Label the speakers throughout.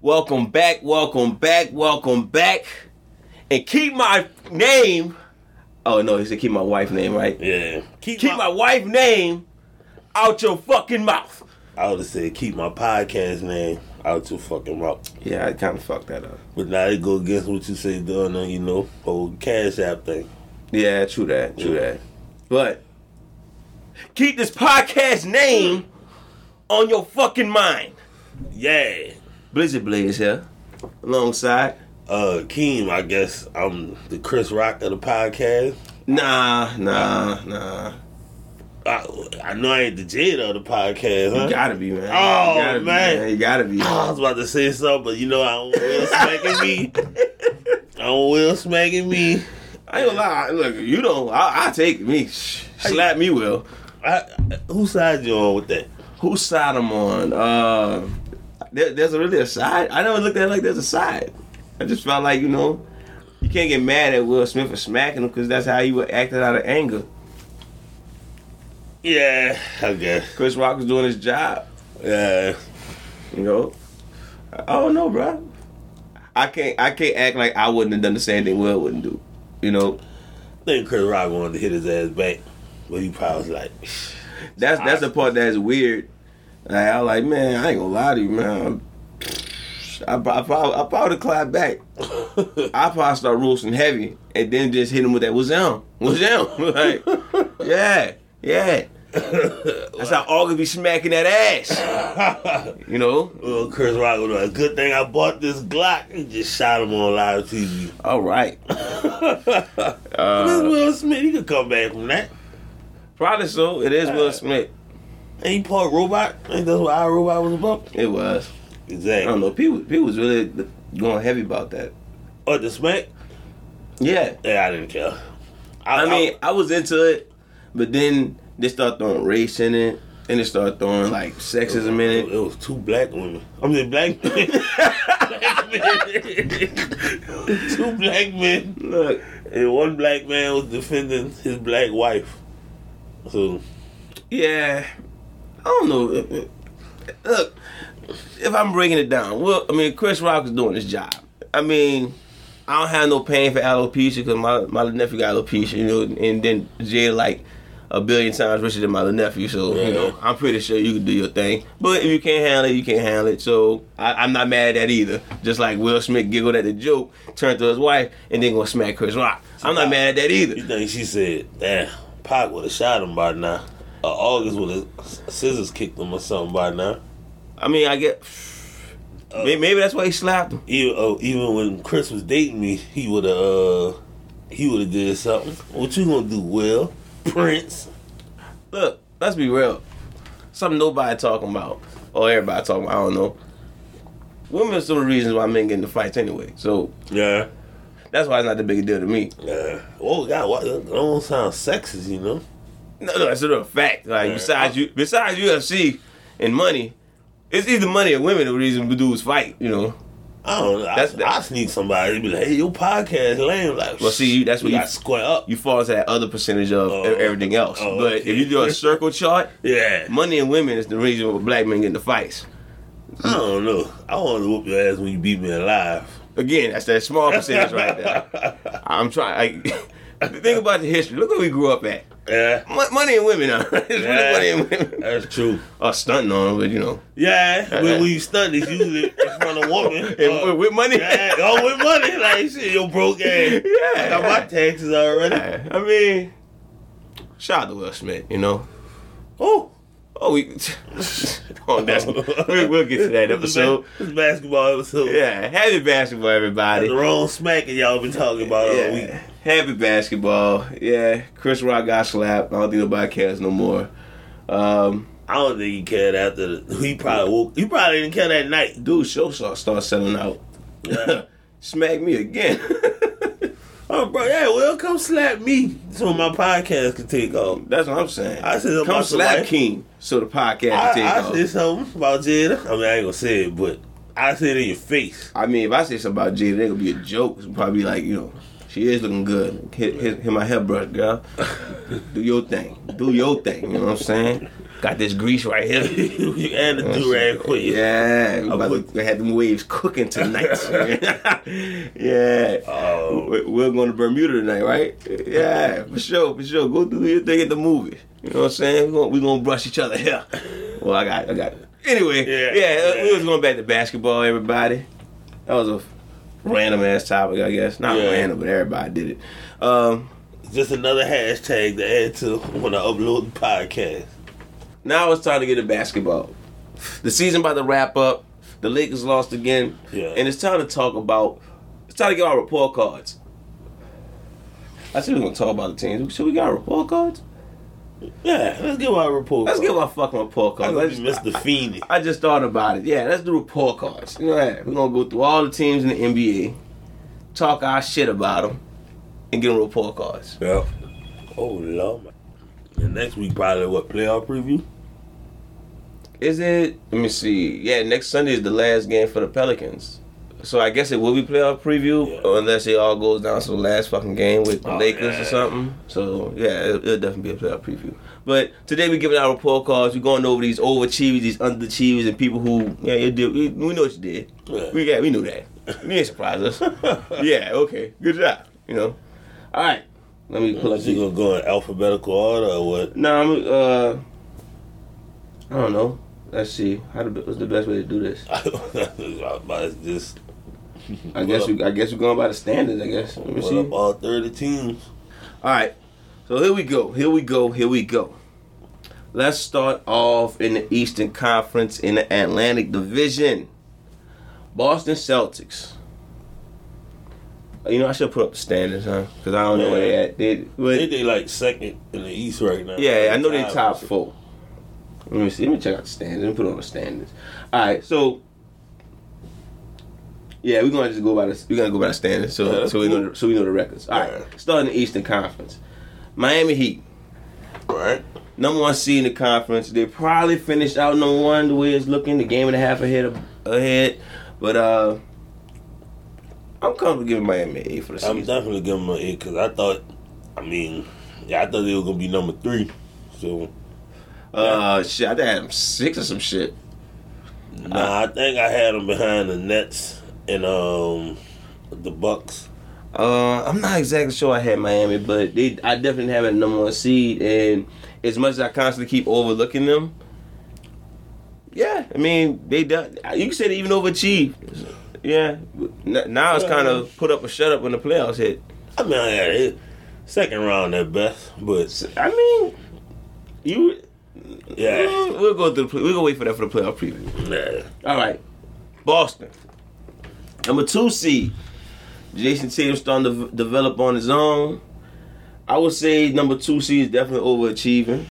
Speaker 1: Welcome back, welcome back, welcome back. And keep my name. Oh no, he said keep my wife name, right?
Speaker 2: Yeah.
Speaker 1: Keep my wife name out your fucking mouth.
Speaker 2: I would have said keep my podcast name out your fucking mouth.
Speaker 1: Yeah, I kind of fucked that up.
Speaker 2: But now it go against what you say doing the, you know, whole cash app thing.
Speaker 1: Yeah, true that, true that. But keep this podcast name on your fucking mind.
Speaker 2: Yeah.
Speaker 1: Blizzard Blaze here, alongside.
Speaker 2: Uh Keem, I guess I'm the Chris Rock of the podcast.
Speaker 1: Nah, nah, nah.
Speaker 2: I, I know I ain't the Jada of the podcast, huh?
Speaker 1: You gotta be, man. You
Speaker 2: Oh,
Speaker 1: gotta be,
Speaker 2: man. Ah,
Speaker 1: You gotta be.
Speaker 2: I was about to say something, but you know I don't will smacking me. I don't will smacking me.
Speaker 1: I ain't gonna lie. Look, you don't. I, I take me. Sh- Slap me, will.
Speaker 2: I, whose side you on with that?
Speaker 1: Whose side I'm on? Uh, there, there's really a side. I never looked at it like there's a side. I just felt like you know, you can't get mad at Will Smith for smacking him because that's how he was acting out of anger.
Speaker 2: Yeah, I guess.
Speaker 1: Chris Rock was doing his job.
Speaker 2: Yeah.
Speaker 1: You know, I I don't know, bro. I can't. I can't act like I wouldn't have done the same thing Will wouldn't do. You know,
Speaker 2: I think Chris Rock wanted to hit his ass back, but he probably was like,
Speaker 1: that's that's the part that's weird. Like, I was like, man, I ain't gonna lie to you, man. I, prob- I probably I probably clap back. I probably start roasting heavy and then just hit him with that. What's down? What's down? like, yeah, yeah. That's how Augie be smacking that ass. You know.
Speaker 2: well, Chris Rock was like, good thing I bought this Glock and just shot him on live TV.
Speaker 1: All right. Uh,
Speaker 2: this Will Smith, he could come back from that.
Speaker 1: Probably so. It is Will Smith.
Speaker 2: Ain't he part robot? Ain't that's what our robot was about?
Speaker 1: It was. I
Speaker 2: Exactly.
Speaker 1: don't know. P was, P was really going heavy about that.
Speaker 2: Or the smack?
Speaker 1: Yeah.
Speaker 2: Yeah, I didn't care.
Speaker 1: I mean, I was into it, but then they start throwing race in it, and they start throwing like sexism in
Speaker 2: It,
Speaker 1: it.
Speaker 2: it was two black women. I mean, black men. black men. two black men.
Speaker 1: Look,
Speaker 2: And one black man was defending his black wife. So,
Speaker 1: yeah, I don't know. Look, if I'm breaking it down, well, I mean, Chris Rock is doing his job. I mean, I don't have no pain for alopecia because my my nephew got alopecia, you know, and then Jay like a billion times richer than my little nephew, so you know, I'm pretty sure you can do your thing. But if you can't handle it, you can't handle it. So I, I'm not mad at that either. Just like Will Smith giggled at the joke, turned to his wife, and then gonna smack Chris Rock. I'm not mad at that
Speaker 2: you
Speaker 1: either.
Speaker 2: think she said, damn, Pac would have shot him by now. Or August would have scissors kicked him or something by now.
Speaker 1: I mean, I get maybe, maybe that's why he slapped him.
Speaker 2: Even, oh, even when Chris was dating me, he would have uh, he would have did something. What you gonna do, Will? Prince?
Speaker 1: Look, let's be real. Something nobody talking about, or everybody talking about, I don't know. Women are some of the reasons why men get into fights anyway. So
Speaker 2: Yeah.
Speaker 1: that's why it's not the big deal to me.
Speaker 2: Yeah. Oh God, what? That don't sound sexist, you know.
Speaker 1: No, no, it's a real fact. Like besides you, besides UFC and money, it's either money or women the reason dudes fight. You know.
Speaker 2: I don't know. I,
Speaker 1: That's- that-
Speaker 2: I sneak somebody. They be like, "Hey, your podcast lame." Like,
Speaker 1: Well, see, you- that's
Speaker 2: we
Speaker 1: what you-
Speaker 2: got square up.
Speaker 1: You fall into that other percentage of e-,
Speaker 2: Oh.
Speaker 1: everything else.
Speaker 2: Oh,
Speaker 1: but
Speaker 2: okay.
Speaker 1: if you do a circle chart,
Speaker 2: yeah.
Speaker 1: money and women is the reason why black men get into fights.
Speaker 2: I don't know. I want to whoop your ass when you beat me alive.
Speaker 1: Again, that's that small percentage right there. I'm trying. Like, think about the history. Look where we grew up at.
Speaker 2: Yeah.
Speaker 1: Mo- Money and women are. It's really
Speaker 2: Yeah.
Speaker 1: money and women.
Speaker 2: That's true.
Speaker 1: Or stunting on them, but you know.
Speaker 2: Yeah, when, when you stunt, it's usually in front of woman.
Speaker 1: Oh, And
Speaker 2: Uh,
Speaker 1: with, with money.
Speaker 2: yeah, oh, with money, like shit, your broke ass. I got my
Speaker 1: Yeah.
Speaker 2: taxes already.
Speaker 1: I mean, shout out to Will Smith, you know.
Speaker 2: Oh,
Speaker 1: Oh, we. oh, that's, we we'll get to that episode.
Speaker 2: This basketball episode.
Speaker 1: Yeah, happy basketball, everybody.
Speaker 2: The wrong smacking y'all been talking about all week.
Speaker 1: Yeah. Happy basketball. Yeah, Chris Rock got slapped. I don't think nobody cares no more. Um,
Speaker 2: I don't think he cared after the, he probably woke. He probably didn't care that night.
Speaker 1: dude, show start start selling out. Smack me again.
Speaker 2: Oh, bro, yeah, well, come slap me so my podcast can take off.
Speaker 1: That's what I'm saying.
Speaker 2: I said
Speaker 1: Come
Speaker 2: about
Speaker 1: slap
Speaker 2: somebody-
Speaker 1: King so the podcast
Speaker 2: I,
Speaker 1: can take
Speaker 2: I
Speaker 1: off.
Speaker 2: said something about Jada. I mean, I ain't gonna say it, but I said it in your face.
Speaker 1: I mean, if I say something about Jada, they gonna be a joke. It's probably like, you know, she is looking good. Hit, hit, hit my hairbrush, girl. Do your thing. Do your thing. You know what I'm saying? Got this grease right here.
Speaker 2: you add a do rag quick.
Speaker 1: Yeah, we about
Speaker 2: put-
Speaker 1: to- we had them waves cooking tonight. yeah.
Speaker 2: Oh.
Speaker 1: We- We're going to Bermuda tonight, right? Yeah, for sure, for sure. Go do your thing at the movie. You know what I'm saying? We're gonna, we gonna brush each other here. Well, I got, I got. Anyway,
Speaker 2: Yeah.
Speaker 1: yeah, uh, we was going back to basketball. Everybody, that was a random ass topic, I guess. Not
Speaker 2: Yeah.
Speaker 1: random, but everybody did it. Um,
Speaker 2: Just another hashtag to add to when I upload the podcast.
Speaker 1: now it's time to get to basketball. The season about to wrap up. The Lakers lost again,
Speaker 2: Yeah.
Speaker 1: and it's time to talk about. It's time to get our report cards. I said we are gonna talk about the teams. Should we get our report cards?
Speaker 2: Yeah, let's give our report.
Speaker 1: Let's give our fucking report cards. I
Speaker 2: Let's
Speaker 1: just,
Speaker 2: Mr. Feeney.
Speaker 1: I just thought about it. Yeah, let's do report cards. You know that we're gonna go through all the teams in the NBA, talk our shit about them, and get them report cards.
Speaker 2: Yep. Oh lord. man. And next week probably what playoff preview?
Speaker 1: Is it? Let me see. Yeah, next Sunday is the last game for the Pelicans. So I guess it will be playoff preview
Speaker 2: Yeah.
Speaker 1: unless it all goes down to the last fucking game with the
Speaker 2: Oh,
Speaker 1: Lakers
Speaker 2: yeah.
Speaker 1: or something. So yeah, it'll, it'll definitely be a playoff preview. But today we're giving our report cards. We're going over these overachievers, these underachievers, and people who yeah, you did. We, we know what you did.
Speaker 2: Yeah.
Speaker 1: We got. We knew that. You didn't surprise us. yeah. Okay. Good job. You know. All right. Let me pull up.
Speaker 2: Is it
Speaker 1: the-
Speaker 2: gonna go in alphabetical order or what?
Speaker 1: no, I'm. Uh, I don't know. Let's see. How the, what's the best way to do this?
Speaker 2: I was just
Speaker 1: I guess we. I guess we're going by the standards. I guess. Let me
Speaker 2: put
Speaker 1: see.
Speaker 2: up
Speaker 1: All
Speaker 2: all thirty teams.
Speaker 1: right. So here we go. Here we go. Here we go. Let's start off in the Eastern Conference in the Atlantic Division. Boston Celtics. You know I should put up the standards, huh? Because I don't know where they at. They, but-
Speaker 2: They they like second in the East right now.
Speaker 1: Yeah, I know they
Speaker 2: Five.
Speaker 1: top four. Let me see. Let me check out the standards. Let me put on the standards. All right, so yeah, we're gonna just go by the we're gonna go by the standards. So
Speaker 2: Yeah, that's
Speaker 1: so we know
Speaker 2: cool.
Speaker 1: the, so we know the records. All right,
Speaker 2: Yeah.
Speaker 1: starting the Eastern Conference, Miami Heat,
Speaker 2: Right.
Speaker 1: number one seed in the conference. They probably finished out number one the way it's looking. The game and a half ahead of, ahead, but uh, I'm comfortable giving Miami an eight for the
Speaker 2: I'm
Speaker 1: season.
Speaker 2: definitely giving them an eight because I thought, I mean, yeah, I thought they were gonna be number three. So
Speaker 1: Uh, shit, I think I had them six or some shit.
Speaker 2: nah, I think I had them behind the Nets and um the Bucks.
Speaker 1: Uh, I'm not exactly sure I had Miami, but they I definitely have a number one seed, and as much as I constantly keep overlooking them, yeah, I mean they done. You can say they even overachieved. Yeah, N- now it's kind of put up or shut up when the playoffs hit.
Speaker 2: I mean, I had it second round at best, but
Speaker 1: So, I mean, you.
Speaker 2: yeah,
Speaker 1: Mm, We'll go through. The, play- we'll go wait for that for the playoff preview.
Speaker 2: yeah.
Speaker 1: All right, Boston, number two seed. Jason Tatum starting to v- develop on his own. I would say number two seed is definitely overachieving,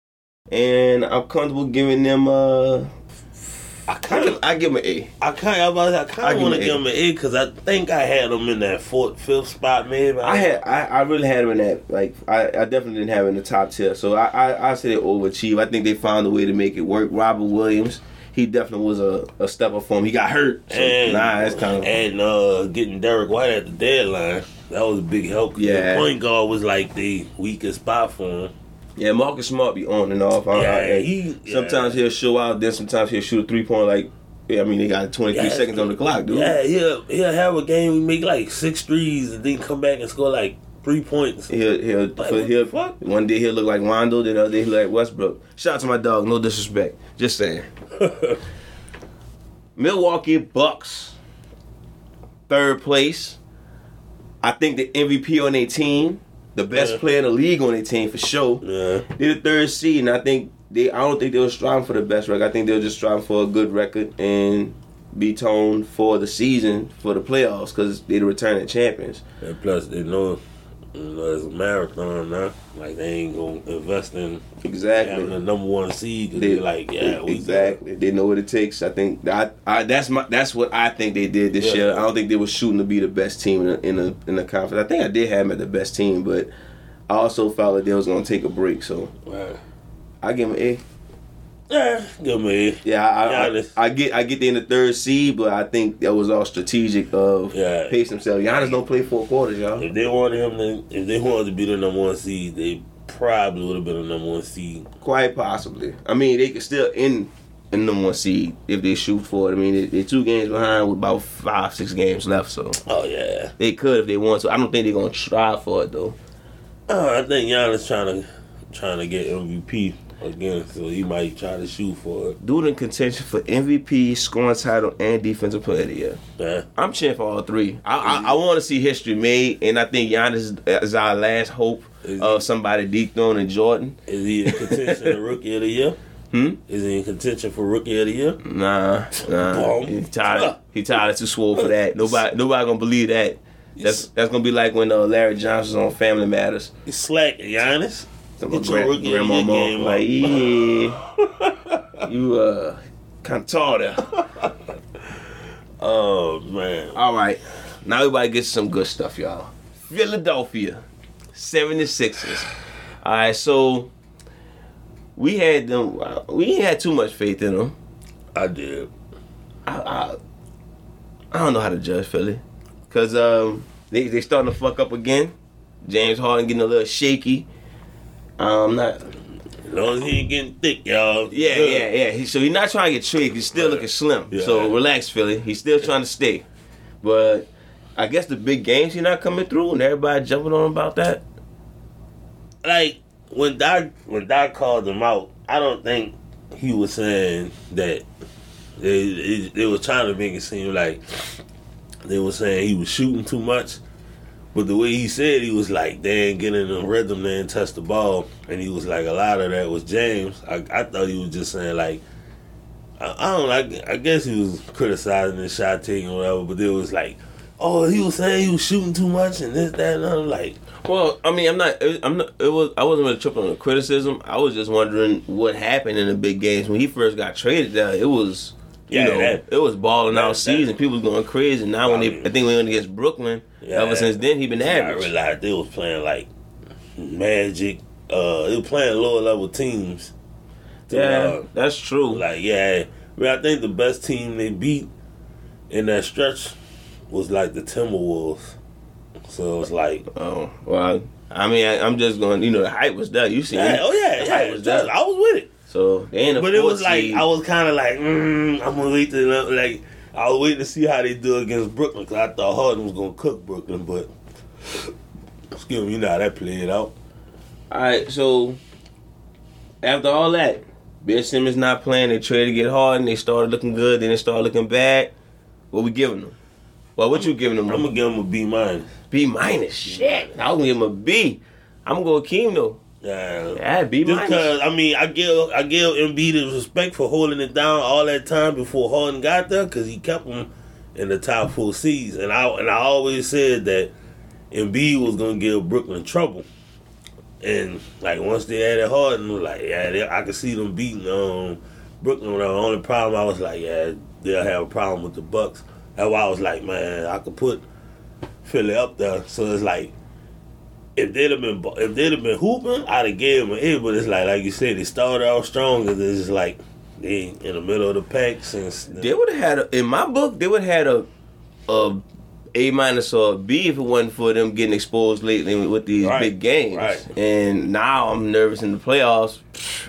Speaker 1: and I'm comfortable giving them. Uh,
Speaker 2: I
Speaker 1: I
Speaker 2: kind
Speaker 1: give,
Speaker 2: of,
Speaker 1: I give them an A.
Speaker 2: I kind of, I
Speaker 1: I'll
Speaker 2: kind
Speaker 1: give
Speaker 2: of want
Speaker 1: him an
Speaker 2: to give
Speaker 1: eight.
Speaker 2: them an eight because I think I had them in that fourth, fifth spot, maybe.
Speaker 1: I had, I, I really had them in that. Like, I, I definitely didn't have it in the top tier. So I, I, I say they overachieve. I think they found a way to make it work. Robert Williams, he definitely was a, a step up for him. He got hurt. So,
Speaker 2: and
Speaker 1: nah, that's kind of.
Speaker 2: and uh, getting Derek White at the deadline. That was a big help. 'cause
Speaker 1: Yeah.
Speaker 2: the point guard was like the weakest spot for him.
Speaker 1: Yeah, Marcus Smart be on and off. I-
Speaker 2: Oh, Yeah,
Speaker 1: I- I-
Speaker 2: he-
Speaker 1: sometimes he'll show out, then sometimes he'll shoot a three point. Like, yeah, I mean, they got 23
Speaker 2: Yeah.
Speaker 1: seconds on the clock, dude.
Speaker 2: Yeah, he'll he'll have a game we make like six threes and then come back and score like three points.
Speaker 1: He'll, he'll,
Speaker 2: Like,
Speaker 1: so
Speaker 2: what
Speaker 1: he'll,
Speaker 2: the fuck?
Speaker 1: one day he'll look like Rondo, then other day he'll look like Westbrook. Shout out to my dog, no disrespect. Just saying. Milwaukee Bucks, third place. I think the MVP on their team, the best
Speaker 2: Yeah.
Speaker 1: player in the league on their team for sure.
Speaker 2: Yeah.
Speaker 1: They're the third seed, and I think they. I don't think they were striving for the best record. I think they were just striving for a good record and be toned for the season for the playoffs because they're the returning champions.
Speaker 2: And plus, they know, you know it's a marathon now. Like they ain't gonna invest in
Speaker 1: Exactly.
Speaker 2: having the number one seed because
Speaker 1: They-
Speaker 2: they like, yeah, we
Speaker 1: exactly. They know what it takes. I think I, I that's my that's what I think they did this
Speaker 2: Yeah.
Speaker 1: year. I don't think they were shooting to be the best team in the, in the in the conference. I think I did have them at the best team, but I also felt that they was gonna take a break. So
Speaker 2: Wow.
Speaker 1: I give them an A.
Speaker 2: Yeah, give me.
Speaker 1: Yeah, I, I,
Speaker 2: Giannis.
Speaker 1: I get I get in the third seed, but I think that was all strategic of
Speaker 2: Yeah.
Speaker 1: pace himself. Giannis don't play four quarters, y'all.
Speaker 2: If they wanted him, to, if they wanted to be the number one seed, they probably would have been a number one seed.
Speaker 1: Quite possibly. I mean, they could still end in number one seed if they shoot for it. I mean, they- they're two games behind with about five, six games left, so
Speaker 2: Oh yeah.
Speaker 1: they could if they want to. I don't think they're gonna try for it though.
Speaker 2: Oh, I think Giannis trying to trying to get MVP again, so he might try to shoot for it.
Speaker 1: Dude in contention for MVP, scoring title, and defensive player of the year.
Speaker 2: Yeah.
Speaker 1: I'm cheering for all three. I
Speaker 2: Mm-hmm.
Speaker 1: I, I want to see history made, and I think Giannis is our last hope
Speaker 2: Is-
Speaker 1: of somebody dethroning Jordan.
Speaker 2: Is he in contention for rookie of the year?
Speaker 1: Hmm?
Speaker 2: Is he in contention for rookie of the year?
Speaker 1: Nah, nah.
Speaker 2: Bum.
Speaker 1: He tired. He tired. Too swole for that. Nobody, nobody gonna believe that. That's
Speaker 2: Yes.
Speaker 1: that's gonna be like when uh, Larry Johnson's on Family Matters.
Speaker 2: He's slacking, Giannis.
Speaker 1: Some of
Speaker 2: Get your
Speaker 1: gran-
Speaker 2: rookie of the
Speaker 1: grandmama
Speaker 2: year game
Speaker 1: like,
Speaker 2: up.
Speaker 1: yeah, you uh, kind of tall there.
Speaker 2: Oh man.
Speaker 1: All right, now everybody gets some good stuff, y'all. Philadelphia 76ers. All right, so we had them. uh, We ain't had too much faith in them.
Speaker 2: I did.
Speaker 1: I, I, I don't know how to judge Philly, cause um they they starting to fuck up again. James Harden getting a little shaky. Um, not
Speaker 2: As long as he ain't getting thick, y'all.
Speaker 1: yeah
Speaker 2: Good.
Speaker 1: yeah yeah. He, so he's not trying to get tricked. He's still looking slim.
Speaker 2: Yeah.
Speaker 1: So relax, Philly. He's still trying to stay, but I guess the big games he not coming through, and everybody jumping on him about that.
Speaker 2: like when Doc when Doc called him out, I don't think he was saying that they they, they were trying to make it seem like they were saying he was shooting too much. But the way he said, he was like, they ain't getting in the rhythm, they ain't touch the ball. And he was like, a lot of that was James. I, I thought he was just saying, like, I, I don't like, I guess he was criticizing the shot taking or whatever, but it was like, oh, he was saying he was shooting too much and this, that, and other. Like,
Speaker 1: Well, I mean, I'm not. it- I'm not. It was. I wasn't really tripping on the criticism. I was just wondering what happened in the big games when he first got traded. Down, it was. You
Speaker 2: Yeah,
Speaker 1: know,
Speaker 2: that-
Speaker 1: it was balling
Speaker 2: that-
Speaker 1: out
Speaker 2: that-
Speaker 1: season. People was going crazy. Now when they, I think we went against Brooklyn.
Speaker 2: Yeah.
Speaker 1: ever since then, he been
Speaker 2: I
Speaker 1: average.
Speaker 2: realized they was playing like Magic. Uh, they were playing lower level teams.
Speaker 1: yeah,
Speaker 2: Uh,
Speaker 1: that's true.
Speaker 2: like yeah. I, mean, I think the best team they beat in that stretch was like the Timberwolves. So it was like,
Speaker 1: oh well, I mean, I, I'm just going. You know, the hype was there. You see,
Speaker 2: yeah, oh yeah,
Speaker 1: the
Speaker 2: yeah,
Speaker 1: hype was there.
Speaker 2: I was with it,
Speaker 1: So they in the
Speaker 2: but it
Speaker 1: fourth
Speaker 2: was like
Speaker 1: seed.
Speaker 2: I was kind of like, mm, I'm gonna wait to like I was waiting to see how they do against Brooklyn because I thought Harden was gonna cook Brooklyn, but excuse me, you know how that played out.
Speaker 1: All right, so after all that, Ben Simmons not playing. They traded to get hard, and they started looking good. Then they started looking bad. What we giving them? Well, what you giving them?
Speaker 2: I'm gonna give him a B minus.
Speaker 1: B minus. Shit, I was gonna give him a B. I'm gonna go Akeem though.
Speaker 2: Yeah.
Speaker 1: Yeah, B
Speaker 2: Just
Speaker 1: minus.
Speaker 2: because I mean I give I give Embiid his respect for holding it down all that time before Harden got there because he kept him in the top four seeds and I and I always said that Embiid was gonna give Brooklyn trouble and like once they added Harden I'm like yeah they, I could see them beating um Brooklyn the only problem I was like yeah they'll have a problem with the Bucks that's why I was like man I could put Philly up there so it's like if they'd have been if they'd have been hooping, I'd have gave them an A. But it's like like you said, they started off strong, and it's just like they ain't in the middle of the pack since.
Speaker 1: They would have had a, in my book. They would have had a a A minus or a B if it wasn't for them getting exposed lately with these
Speaker 2: Right,
Speaker 1: big games.
Speaker 2: right.
Speaker 1: And now I'm nervous in the playoffs.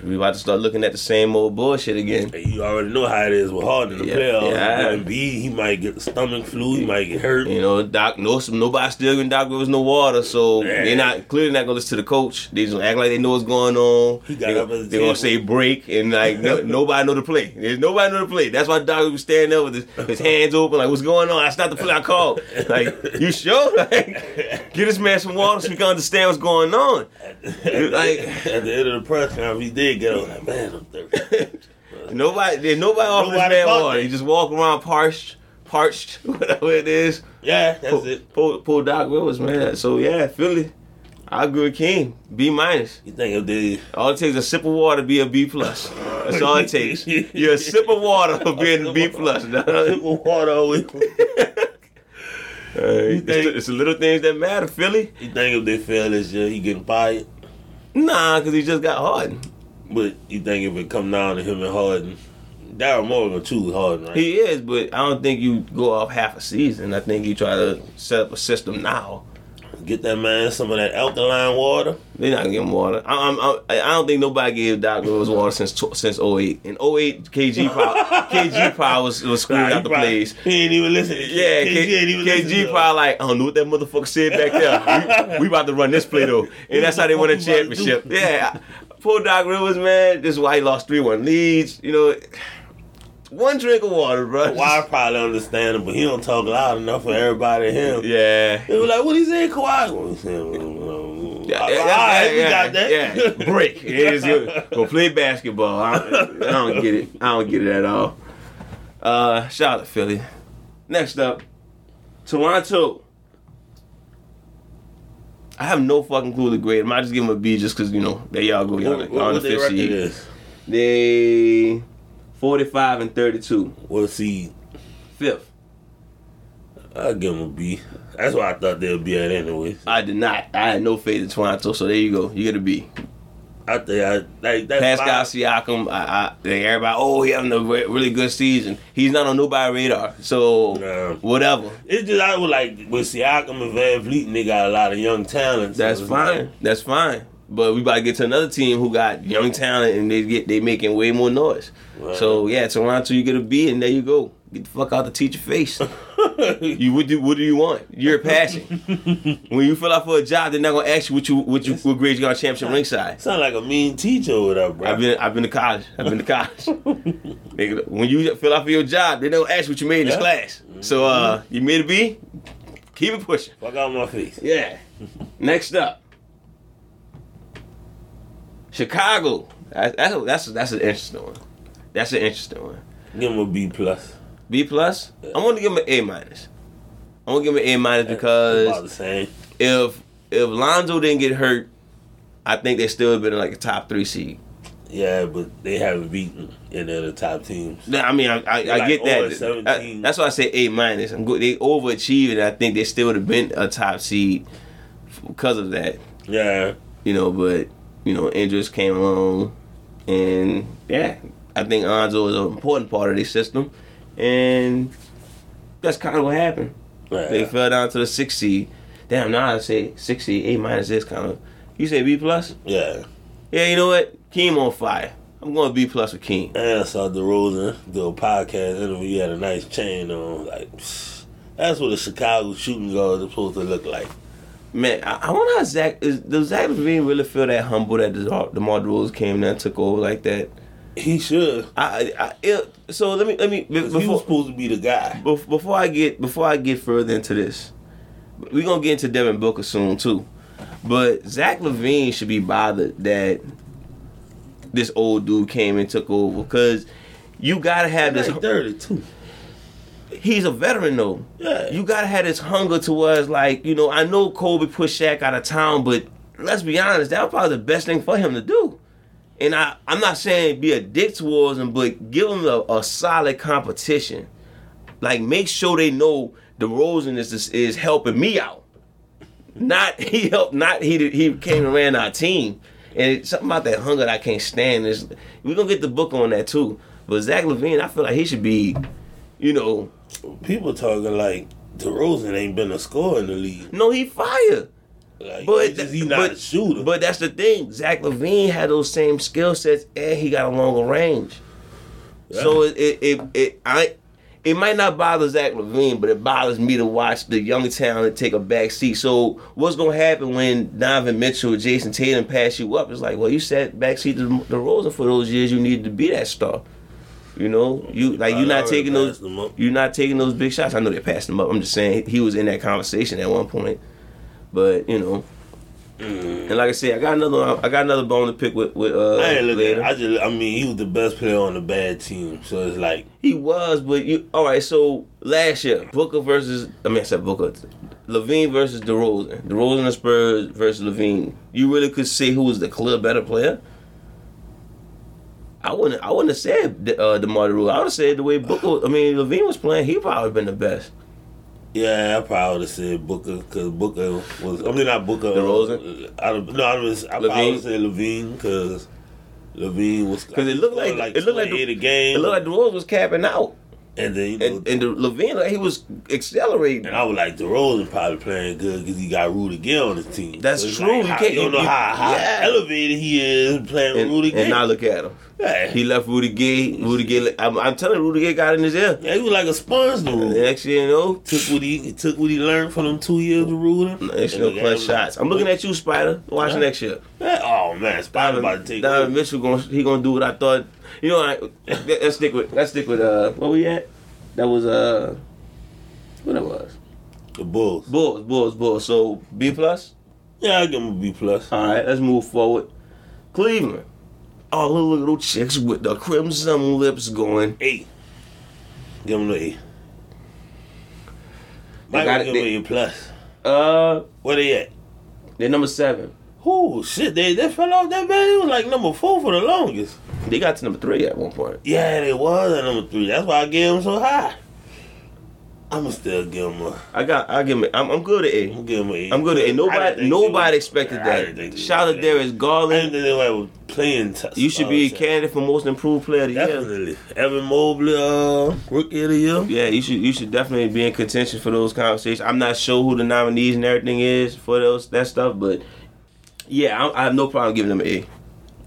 Speaker 1: We about to start looking at the same old bullshit again.
Speaker 2: And you already know how it is with Harden in the
Speaker 1: Yeah,
Speaker 2: playoffs.
Speaker 1: yeah.
Speaker 2: Yeah. B, he might get the stomach flu, he might get hurt.
Speaker 1: You know, Doc, no, nobody still gonna Doc was no water, so
Speaker 2: Yeah.
Speaker 1: they're not clearly not gonna listen to the coach. They just gonna act like they know what's going on.
Speaker 2: He got
Speaker 1: they,
Speaker 2: up at the
Speaker 1: they gonna
Speaker 2: table.
Speaker 1: say break and like no, nobody know the play. There's nobody know the play. That's why Doc was standing there with his, his hands open, like what's going on? I stopped the play. I called. Like you sure? Like get this man some water so we can understand what's going on. Like-
Speaker 2: at the end of the press conference, he did get. I was like, man, I'm thirsty.
Speaker 1: Nobody, there's nobody offered this
Speaker 2: Nobody
Speaker 1: man
Speaker 2: bought
Speaker 1: water.
Speaker 2: it.
Speaker 1: He just walk around parched, parched, whatever it is.
Speaker 2: yeah, that's it.
Speaker 1: Pull, pull Doc Rivers, man. So yeah, Philly. I agree with King. B minus.
Speaker 2: You think if they
Speaker 1: All it takes is a sip of water to be a B plus. That's all it takes. You're a sip of water for being a B plus. dog.
Speaker 2: people water always.
Speaker 1: Hey, it's, the, it's the little things that matter, Philly.
Speaker 2: You think if they fail this year, he getting fired.
Speaker 1: Nah, because he just got hard.
Speaker 2: But you think if it come down to him and Harden, Daryl Morey gonna choose Harden, right?
Speaker 1: He is, but I don't think you go off half a season. I think you try to set up a system now
Speaker 2: Get that man some of that alkaline water.
Speaker 1: They're not gonna give him water. I, I'm, I'm, I don't think nobody gave Doc Rivers water since tw- since 08. In 08, KG probably KG probably was, was screwed
Speaker 2: Nah, he
Speaker 1: out the
Speaker 2: probably-
Speaker 1: place.
Speaker 2: He ain't even listening.
Speaker 1: Yeah,
Speaker 2: KG ain't
Speaker 1: K-
Speaker 2: even
Speaker 1: KG
Speaker 2: listening.
Speaker 1: probably like, I don't know what that motherfucker said back there. we, we about to run this play though. And that's how they won a
Speaker 2: What the fuck we about to
Speaker 1: championship. Yeah. Poor Doc Rivers, man. This is why he lost 3 1 leads. You know, one drink of water, bro.
Speaker 2: Kawhi probably understandable. He don't talk loud enough for everybody to hear him.
Speaker 1: Yeah.
Speaker 2: They were like, what he said, Kawhi? Well, he said, well, well,
Speaker 1: Yeah,
Speaker 2: all
Speaker 1: yeah,
Speaker 2: right,
Speaker 1: yeah,
Speaker 2: we got that.
Speaker 1: yeah, yeah. Break. It is good. Go play basketball. I, don't- I don't get it. I don't get it at all. Uh, shout out to Philly. Next up, Toronto. I have no fucking clue the grade. I might just give them a B just because, you know, they y'all go
Speaker 2: What,
Speaker 1: young.
Speaker 2: what,
Speaker 1: on
Speaker 2: what
Speaker 1: the
Speaker 2: their
Speaker 1: fifth
Speaker 2: record
Speaker 1: seed.
Speaker 2: is?
Speaker 1: They 45 and 32.
Speaker 2: What seed?
Speaker 1: Fifth.
Speaker 2: I'll give them a B. That's why I thought they'd be at anyway.
Speaker 1: I did not. I had no faith in Toronto, so there you go. You get a B.
Speaker 2: I think I like that's
Speaker 1: Pascal
Speaker 2: five-
Speaker 1: Siakam, I, I, they- everybody, oh, he having a re- really good season. He's not on nobody radar, so
Speaker 2: Nah.
Speaker 1: whatever.
Speaker 2: It's just I was like with Siakam and Van Vliet, and they got a lot of young talent. so
Speaker 1: That's
Speaker 2: it's
Speaker 1: fine. That's fine. But we about to get to another team who got young talent and they get they making way more noise.
Speaker 2: Right.
Speaker 1: So yeah, Toronto, you get a B, and there you go. Get the fuck out the teacher face.
Speaker 2: Like,
Speaker 1: you what do what do you want? You're passing. when you fill out for a job, they're not gonna ask you what you what you what grade you got on championship ringside.
Speaker 2: sound like a mean teacher over there, bro.
Speaker 1: I've been I've been to college. I've been to college. Nigga, when you fill out for your job, they don't ask what you made in this
Speaker 2: Yeah.
Speaker 1: class. So uh, you made a B. Keep it pushing.
Speaker 2: Fuck out my face.
Speaker 1: Yeah. Next up, Chicago. That's that's a, that's, a, that's an interesting one. That's an interesting one.
Speaker 2: Give him a B plus.
Speaker 1: B plus. I'm gonna give him an A minus. I'm gonna give him an A minus
Speaker 2: about the
Speaker 1: because
Speaker 2: same.
Speaker 1: if if Lonzo didn't get hurt, I think they still have been like a top three seed.
Speaker 2: Yeah, but they haven't beaten any of the top teams.
Speaker 1: No, I mean, I, I, I
Speaker 2: Like
Speaker 1: get
Speaker 2: over
Speaker 1: that.
Speaker 2: 17.
Speaker 1: I- that's why I say A minus. I'm good. They overachieved, and I think they still would have been a top seed because of that.
Speaker 2: Yeah,
Speaker 1: You know, but you know, injuries came along, and yeah, I think Anzo is an important part of their system, and that's kind of what happened. They
Speaker 2: yeah.
Speaker 1: fell down to the six seed. Damn, now I say six seed, A minus is kind of. You say B plus?
Speaker 2: yeah.
Speaker 1: Yeah, you know what? Keem on fire. I'm going B plus with Keem.
Speaker 2: And I saw DeRozan do a podcast interview. He had a nice chain on. Like, psh, that's what a Chicago shooting guard is supposed to look like.
Speaker 1: Man, I, I wonder how Zach is. Does Zach Levine really feel that humble that DeMar, DeMar DeRozan came there and took over like that?
Speaker 2: He should.
Speaker 1: I, I, I it, so let me let me be-
Speaker 2: 'Cause he was
Speaker 1: before
Speaker 2: supposed to be the guy.
Speaker 1: bef- before I get before I get further into this, we're gonna get into Devin Booker soon too, but Zach Levine should be bothered that this old dude came and took over because you gotta have this.
Speaker 2: He's like 32.
Speaker 1: He's a veteran though.
Speaker 2: Yeah.
Speaker 1: You gotta have this hunger towards like, you know, I know Kobe pushed Shaq out of town, but let's be honest, that was probably the best thing for him to do. And I, I'm not saying be a dick towards him, but give him a, a solid competition. Like make sure they know the DeRozan is is, is helping me out. Not he helped not he did- he came and ran our team. And it's something about that hunger that I can't stand is we're gonna get the book on that too. But Zach Levine, I feel like he should be, you know,
Speaker 2: People talking like DeRozan ain't been a scorer in the league.
Speaker 1: No, he fired.
Speaker 2: Like,
Speaker 1: But
Speaker 2: but just, he not
Speaker 1: but,
Speaker 2: a shooter.
Speaker 1: But that's the thing. Zach Levine had those same skill sets, and he got a longer range. So it it, it it I it might not bother Zach Levine, but it bothers me to watch the young talent take a back seat. So what's gonna happen when Donovan Mitchell, Jason Tatum pass you up? It's like, well, you sat backseat to the Rosen for those years. You needed to be that star. You know, you like you're not
Speaker 2: Already
Speaker 1: taking those.
Speaker 2: passed him up.
Speaker 1: You're not taking those big shots. I know they passed him up. I'm just saying he was in that conversation at one point. But you know, and like I said, I got another. one- I got another bone to pick with. with uh,
Speaker 2: I ain't looking. At,
Speaker 1: later.
Speaker 2: it. I just. I mean, he was the best player on the bad team. So it's like
Speaker 1: He was, but you all right? So last year, Booker versus I mean, I said Booker, Levine versus DeRozan, DeRozan and Spurs versus Levine. You really could say who was the clear better player. I wouldn't. I wouldn't have said uh, DeMar DeRozan. I would have said the way Booker. I mean, Levine was playing. He probably been the best.
Speaker 2: Yeah, I probably would have said Booker because Booker was. I mean, not Booker. uh,
Speaker 1: DeRozan?
Speaker 2: I don't, no, I, was, I probably
Speaker 1: Levine?
Speaker 2: would say Levine because Levine was. Because
Speaker 1: it looked like- it looked like the-
Speaker 2: the game.
Speaker 1: It looked like DeRozan was capping out.
Speaker 2: And then you know,
Speaker 1: And, and the Levine, like, he was accelerating.
Speaker 2: And I would like DeRozan probably playing good because he got Rudy Gay on his team.
Speaker 1: That's
Speaker 2: it's
Speaker 1: true.
Speaker 2: like
Speaker 1: You
Speaker 2: how-
Speaker 1: can't-
Speaker 2: you don't know
Speaker 1: you-
Speaker 2: how, how
Speaker 1: yeah.
Speaker 2: elevated he is playing with
Speaker 1: And,
Speaker 2: Rudy Gay.
Speaker 1: and now look at him.
Speaker 2: yeah.
Speaker 1: He
Speaker 2: He,
Speaker 1: left Rudy Gay. Rudy Gay. I'm, I'm telling you, Rudy Gay got in his ear.
Speaker 2: yeah, he was like a sponge to
Speaker 1: And
Speaker 2: Rudy.
Speaker 1: next year, you know,
Speaker 2: Took what he he took what he learned from them two years of Rudy.
Speaker 1: next year, clutch shots. I'm looking at you, Spider. Watch
Speaker 2: Yeah.
Speaker 1: next year.
Speaker 2: Oh man, Spider about to take.
Speaker 1: Donovan
Speaker 2: over.
Speaker 1: Mitchell gonna he gonna do what I thought. You know, I, let- let's stick with let's stick with uh what we at. That was uh what it was.
Speaker 2: the Bulls.
Speaker 1: Bulls, Bulls, Bulls. So B plus.
Speaker 2: Yeah, I give him a B plus.
Speaker 1: All right, let's move forward. Cleveland. Oh, All the little chicks with the crimson lips going.
Speaker 2: Eight. Give him an eight.
Speaker 1: They
Speaker 2: Might
Speaker 1: got
Speaker 2: give
Speaker 1: it-
Speaker 2: him
Speaker 1: they-
Speaker 2: an A plus.
Speaker 1: Uh,
Speaker 2: Where they at?
Speaker 1: they're number seven.
Speaker 2: Oh shit! They they fell off that bad. It was like number four for the longest.
Speaker 1: They got to number three at one point.
Speaker 2: Yeah, they was at number three. That's why I gave him so high. I'ma still give him a.
Speaker 1: I got. I give me. I'm, I'm good at
Speaker 2: I'm
Speaker 1: A.
Speaker 2: gonna give him a.
Speaker 1: I'm good at A.
Speaker 2: I didn't
Speaker 1: Nobody.
Speaker 2: think
Speaker 1: Nobody
Speaker 2: they-
Speaker 1: expected
Speaker 2: I didn't think
Speaker 1: that.
Speaker 2: they-
Speaker 1: Shout out Darius
Speaker 2: I didn't
Speaker 1: Garland.
Speaker 2: think they were playing. T- uh,
Speaker 1: You should be a candidate for most improved player of the year.
Speaker 2: Definitely. Evan Mobley, uh, rookie of the year.
Speaker 1: Yeah, you should you should definitely be in contention for those conversations. I'm not sure who the nominees and everything is for those that stuff, but yeah, I, I have no problem giving them an A.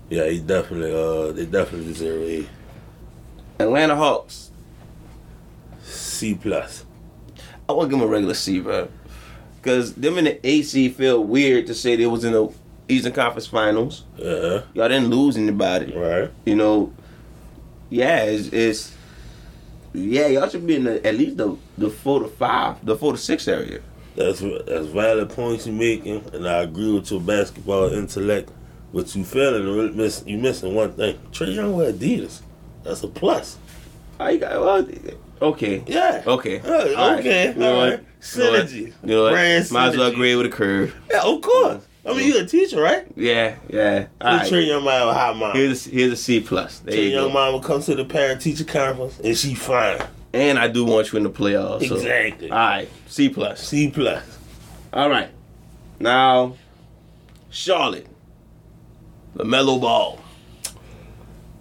Speaker 2: Yeah, he definitely. Uh, they definitely deserve a
Speaker 1: Atlanta Hawks,
Speaker 2: C plus.
Speaker 1: I want to give them a regular C, bro, because them in the AC feel weird to say they was in the Eastern Conference Finals.
Speaker 2: Uh huh.
Speaker 1: Y'all didn't lose anybody,
Speaker 2: Right.
Speaker 1: you know. Yeah, it's, it's yeah, y'all should be in the, at least the the four to five, the four to six area.
Speaker 2: That's that's valid points you're making, and I agree with your basketball intellect. But you failing to miss you missing one thing. Trey Young with Adidas. That's a plus.
Speaker 1: Oh, you got well, okay.
Speaker 2: Yeah.
Speaker 1: Okay.
Speaker 2: Hey,
Speaker 1: Oh. All right.
Speaker 2: Uh, okay.
Speaker 1: You know
Speaker 2: All
Speaker 1: what?
Speaker 2: right.
Speaker 1: You know what?
Speaker 2: Synergy.
Speaker 1: You know what?
Speaker 2: Brand
Speaker 1: Might as well
Speaker 2: synergy.
Speaker 1: agree with a curve.
Speaker 2: Yeah, of course. I mean, you're a teacher, right?
Speaker 1: Yeah, yeah. All
Speaker 2: You
Speaker 1: right.
Speaker 2: Train your mom with high mom. Train
Speaker 1: Here's a, here's a C plus. There you
Speaker 2: your
Speaker 1: go.
Speaker 2: mom will come to the parent teacher conference, and she fine.
Speaker 1: And I do want you in the playoffs. So.
Speaker 2: Exactly.
Speaker 1: All right. C plus.
Speaker 2: C plus.
Speaker 1: All right. Now, Charlotte, Lamelo Ball.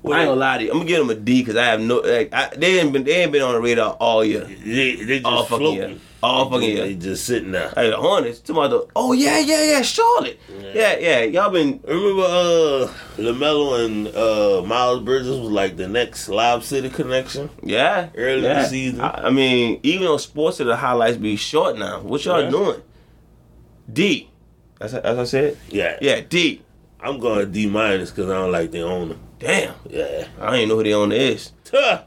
Speaker 1: I ain't gonna lie to you. I'm gonna give them a D because I have no. Like, I, they ain't been they ain't been on the radar all year.
Speaker 2: They, they just
Speaker 1: All fucking year.
Speaker 2: floating.
Speaker 1: All
Speaker 2: They
Speaker 1: fucking
Speaker 2: just-
Speaker 1: year.
Speaker 2: They just sitting there.
Speaker 1: Hey, the Hornets. Tomorrow, the- oh yeah, yeah, yeah, Charlotte. Yeah,
Speaker 2: Yeah.
Speaker 1: yeah. Y'all been
Speaker 2: Remember, uh, Lamelo and uh Miles Bridges was like the next Live City connection.
Speaker 1: yeah
Speaker 2: Early in the
Speaker 1: yeah.
Speaker 2: season.
Speaker 1: I, I mean, even on sports, the highlights be short now. What y'all
Speaker 2: Yeah.
Speaker 1: doing? D. That's as I said.
Speaker 2: Yeah,
Speaker 1: Yeah, D.
Speaker 2: I'm going D minus because I don't like the owner.
Speaker 1: Damn,
Speaker 2: Yeah,
Speaker 1: I didn't know who the owner is.
Speaker 2: Tuh.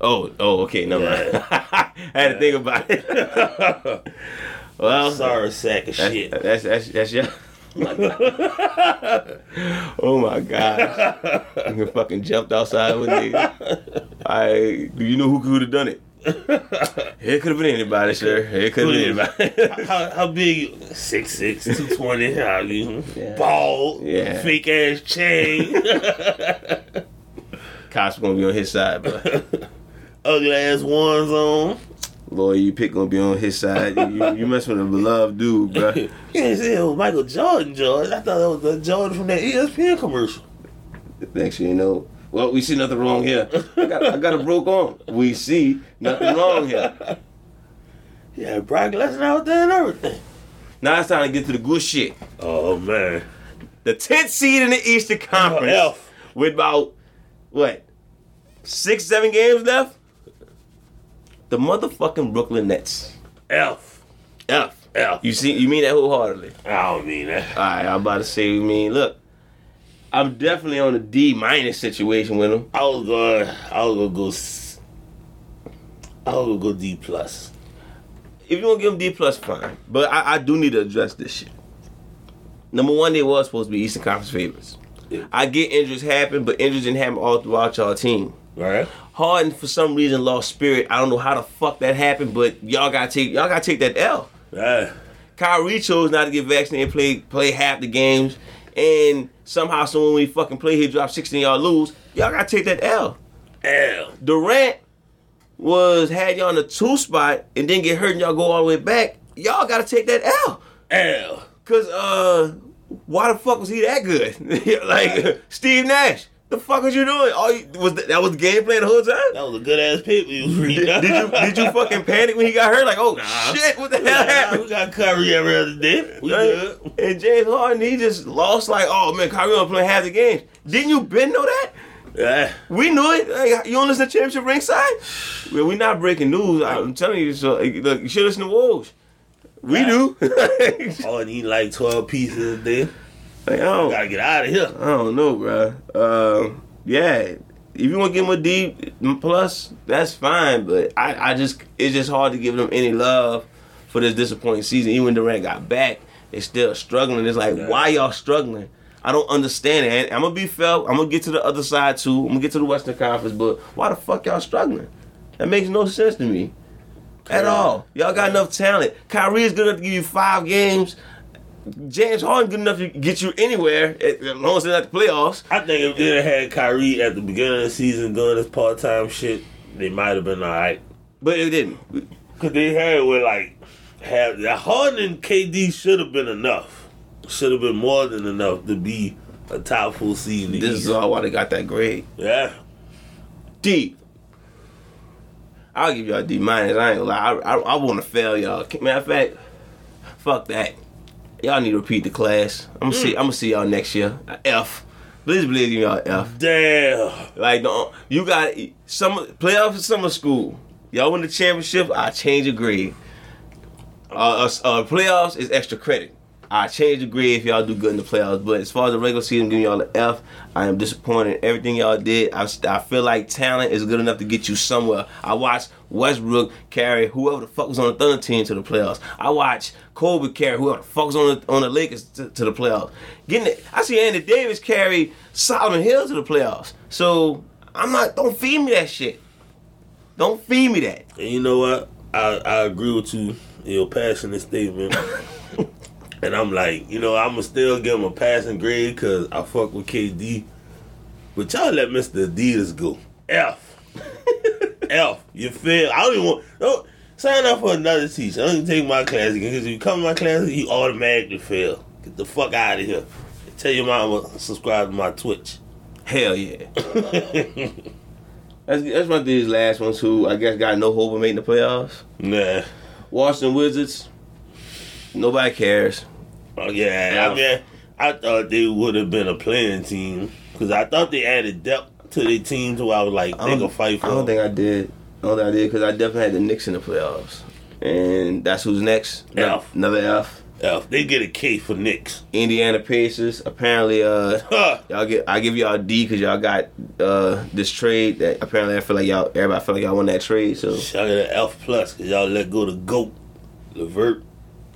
Speaker 1: Oh, oh, okay, never mind. I had to think about it. well,
Speaker 2: sorry sack of
Speaker 1: That's,
Speaker 2: shit.
Speaker 1: that's that's that's your. oh my god! You fucking jumped outside with me. I do you know who could have done it? It could have been anybody, sir. It could have been anybody.
Speaker 2: how, how big? you- Six six, two twenty. How you?
Speaker 1: Yeah.
Speaker 2: Bald,
Speaker 1: Yeah.
Speaker 2: fake ass chain,
Speaker 1: Cops gonna be on his side, but
Speaker 2: ugly ass ones on.
Speaker 1: Lord, you pick gonna be on his side. You, you, you mess with a beloved dude, bro.
Speaker 2: You didn't say it was Michael Jordan, George. I thought that was the Jordan from that E ESPN commercial.
Speaker 1: Actually, you know. Well, we see nothing wrong here. I got, I got a broke arm. We see nothing wrong here.
Speaker 2: Yeah, Brock Lesnar out there and everything.
Speaker 1: Now it's time to get to the good shit.
Speaker 2: Oh man,
Speaker 1: the 10th seed in the Eastern Conference
Speaker 2: F.
Speaker 1: with about what six, seven games left. The motherfucking Brooklyn Nets.
Speaker 2: F
Speaker 1: F.
Speaker 2: F.
Speaker 1: You see, you mean that wholeheartedly.
Speaker 2: I don't mean that.
Speaker 1: All right, I'm about to say. You mean look, I'm definitely on a D minus situation with them.
Speaker 2: I was going. I was gonna go. s- I was gonna go D plus.
Speaker 1: If you want to give them D plus, fine. But I, I do need to address this shit. Number one, they was supposed to be Eastern Conference favorites.
Speaker 2: Yeah.
Speaker 1: I get injuries happen, but injuries didn't happen all throughout y'all team.
Speaker 2: Right.
Speaker 1: Harden for some reason lost spirit. I don't know how the fuck that happened, but y'all gotta take y'all gotta take that L.
Speaker 2: Yeah.
Speaker 1: Kyrie chose not to get vaccinated, and play play half the games, and somehow someone we fucking play he dropped 16, y'all lose. Y'all gotta take that L.
Speaker 2: L.
Speaker 1: Durant was had y'all in the two spot and then get hurt and y'all go all the way back. Y'all gotta take that L.
Speaker 2: L.
Speaker 1: Cause uh why the fuck was he that good? like Steve Nash. The fuck was you doing? All you, was that, that was the game plan the whole time?
Speaker 2: That was a good ass paper you was reading.
Speaker 1: Did, did you did you fucking panic when he got hurt? Like, oh
Speaker 2: Nah.
Speaker 1: shit, what the
Speaker 2: Nah,
Speaker 1: hell happened?
Speaker 2: We got Curry every other day. We good.
Speaker 1: And James Harden, he just lost. Like, oh man, Kyrie only playing half the games. Didn't you Ben know that?
Speaker 2: Yeah.
Speaker 1: We knew it. Like, you don't listen to Championship Ringside? Well, we're not breaking news. I'm telling you. So, look, you should listen to Wolves. We do. like,
Speaker 2: Oh, and eat like twelve pieces a day.
Speaker 1: I don't, I
Speaker 2: Gotta get out of here.
Speaker 1: don't know, bro. Um, yeah, if you want to give him a D plus, that's fine. But I, I just, it's just hard to give them any love for this disappointing season. Even when Durant got back, they still struggling. It's like,
Speaker 2: Yeah.
Speaker 1: why y'all struggling? I don't understand it. And I'm gonna be felt. I'm gonna get to the other side too. I'm gonna get to the Western Conference. But why the fuck y'all struggling? That makes no sense to me. At all. Y'all got enough talent. Kyrie is good enough to give you five games. James Harden good enough to get you anywhere eh, as as long as they're not the playoffs.
Speaker 2: I think if they had Kyrie at the beginning of the season doing this part time shit, they might have been all right.
Speaker 1: But it didn't.
Speaker 2: Cause they had were like have that Harden and KD should have been enough. Should have been more than enough to be a top four seed. in the
Speaker 1: This is
Speaker 2: East.
Speaker 1: all why they got that grade.
Speaker 2: yeah.
Speaker 1: D. I'll give y'all D minus. I ain't gonna lie. I, I, I want to fail y'all. Matter of fact, fuck that. Y'all need to repeat the class. I'm gonna see. I'm gonna see y'all next year. F. Please believe me, y'all F.
Speaker 2: Damn.
Speaker 1: Like no, you got summer playoffs for summer school. Y'all win the championship, I change a grade. Uh, uh, uh, playoffs is extra credit. I change the grade if y'all do good in the playoffs. But as far as the regular season, giving y'all an F. I am disappointed in everything y'all did. I, st- I feel like talent is good enough to get you somewhere. I watched Westbrook carry whoever the fuck was on the Thunder team to the playoffs. I watched Kobe carry whoever the fuck was on the, on the Lakers to, to the playoffs. Getting it, I see Andy Davis carry Solomon Hill to the playoffs. So I'm not. Don't feed me that shit. Don't feed me that.
Speaker 2: And you know what? I, I agree with you, your passionate statement. and I'm like, you know, I'm going to still give him a passing grade because I fuck with KD. But y'all let Mr. Adidas go. F. F. You feel? I don't even want. Don't, sign up for another teacher. I don't even take my class again because if you come to my class, you automatically fail. Get the fuck out of here. Tell your mama to subscribe to my Twitch.
Speaker 1: Hell yeah. that's that's my dude's last ones who I guess got no hope of making the playoffs.
Speaker 2: Nah.
Speaker 1: Washington Wizards. Nobody cares.
Speaker 2: Oh yeah, I mean, I thought they would have been a playing team because I thought they added depth to their team, so I was like,
Speaker 1: I
Speaker 2: they
Speaker 1: don't-
Speaker 2: gonna fight for.
Speaker 1: I don't
Speaker 2: them.
Speaker 1: think I did. I don't think I did because I definitely had the Knicks in the playoffs, and that's who's next.
Speaker 2: F.
Speaker 1: Another F.
Speaker 2: F. They get a K for Knicks.
Speaker 1: Indiana Pacers. Apparently, uh,
Speaker 2: Huh.
Speaker 1: y'all get I give y'all a D because y'all got uh this trade that apparently I feel like y'all everybody feel like y'all won that trade. So
Speaker 2: Shout out to F plus because y'all let go the goat, Levert.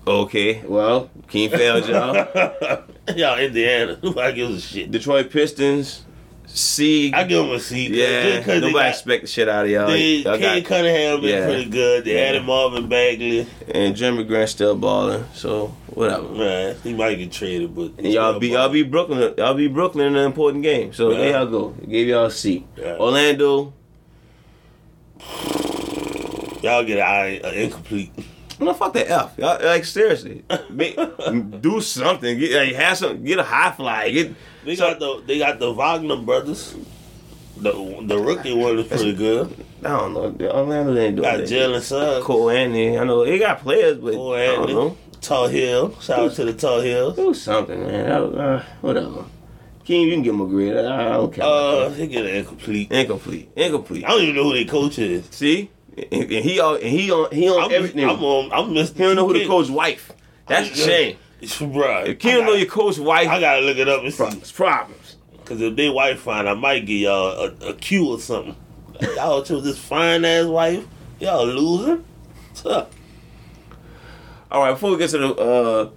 Speaker 1: okay, well, King failed y'all.
Speaker 2: y'all Indiana. Nobody gives a shit.
Speaker 1: Detroit Pistons. C.
Speaker 2: I give them a C. 'cause-
Speaker 1: Yeah,
Speaker 2: just 'cause
Speaker 1: nobody
Speaker 2: they got,
Speaker 1: expect the shit out of y'all.
Speaker 2: They,
Speaker 1: Y'all
Speaker 2: Kate
Speaker 1: got,
Speaker 2: Cunningham been
Speaker 1: Yeah.
Speaker 2: pretty good. They
Speaker 1: Yeah.
Speaker 2: added Marvin Bagley.
Speaker 1: and Jeremy Grant still balling, so whatever.
Speaker 2: Man, he might get traded, but
Speaker 1: And y'all be y'all be Brooklyn y'all be Brooklyn in an important game. So there
Speaker 2: Yeah.
Speaker 1: y'all go. Gave y'all a C.
Speaker 2: Yeah.
Speaker 1: Orlando,
Speaker 2: y'all get an, an incomplete.
Speaker 1: no fuck the F. Y'all, like seriously, Make- do something. Get like, have some. Get a high fly. Get
Speaker 2: They
Speaker 1: So-
Speaker 2: got the they got the Wagner brothers. The the rookie one is pretty good.
Speaker 1: I don't know. Orlando didn't do
Speaker 2: Got
Speaker 1: that.
Speaker 2: Jalen Suggs,
Speaker 1: Cole Anthony. I know they got players, but
Speaker 2: Cole
Speaker 1: I don't
Speaker 2: Anthony,
Speaker 1: know.
Speaker 2: Tall Hill. Shout out to the Tall Hills.
Speaker 1: Do something, man. I, uh, whatever. King, you can give him a grade. I, I don't care.
Speaker 2: Uh, they get an incomplete.
Speaker 1: incomplete. Incomplete.
Speaker 2: I don't even know who their coach is.
Speaker 1: See, and, and he all and he on he on
Speaker 2: I'm,
Speaker 1: Oh, everything.
Speaker 2: I'm on. I'm missing.
Speaker 1: he don't know who the coach wife. That's a shame.
Speaker 2: Bruh,
Speaker 1: If Kim
Speaker 2: I
Speaker 1: know
Speaker 2: gotta-
Speaker 1: your coach wife,
Speaker 2: I gotta look it up and see.
Speaker 1: problems. Problems.
Speaker 2: Cause if they wife fine, I might give y'all a, a cue or something. Y'all chose this fine ass wife. Y'all a loser. Huh.
Speaker 1: All right, before we get to the uh,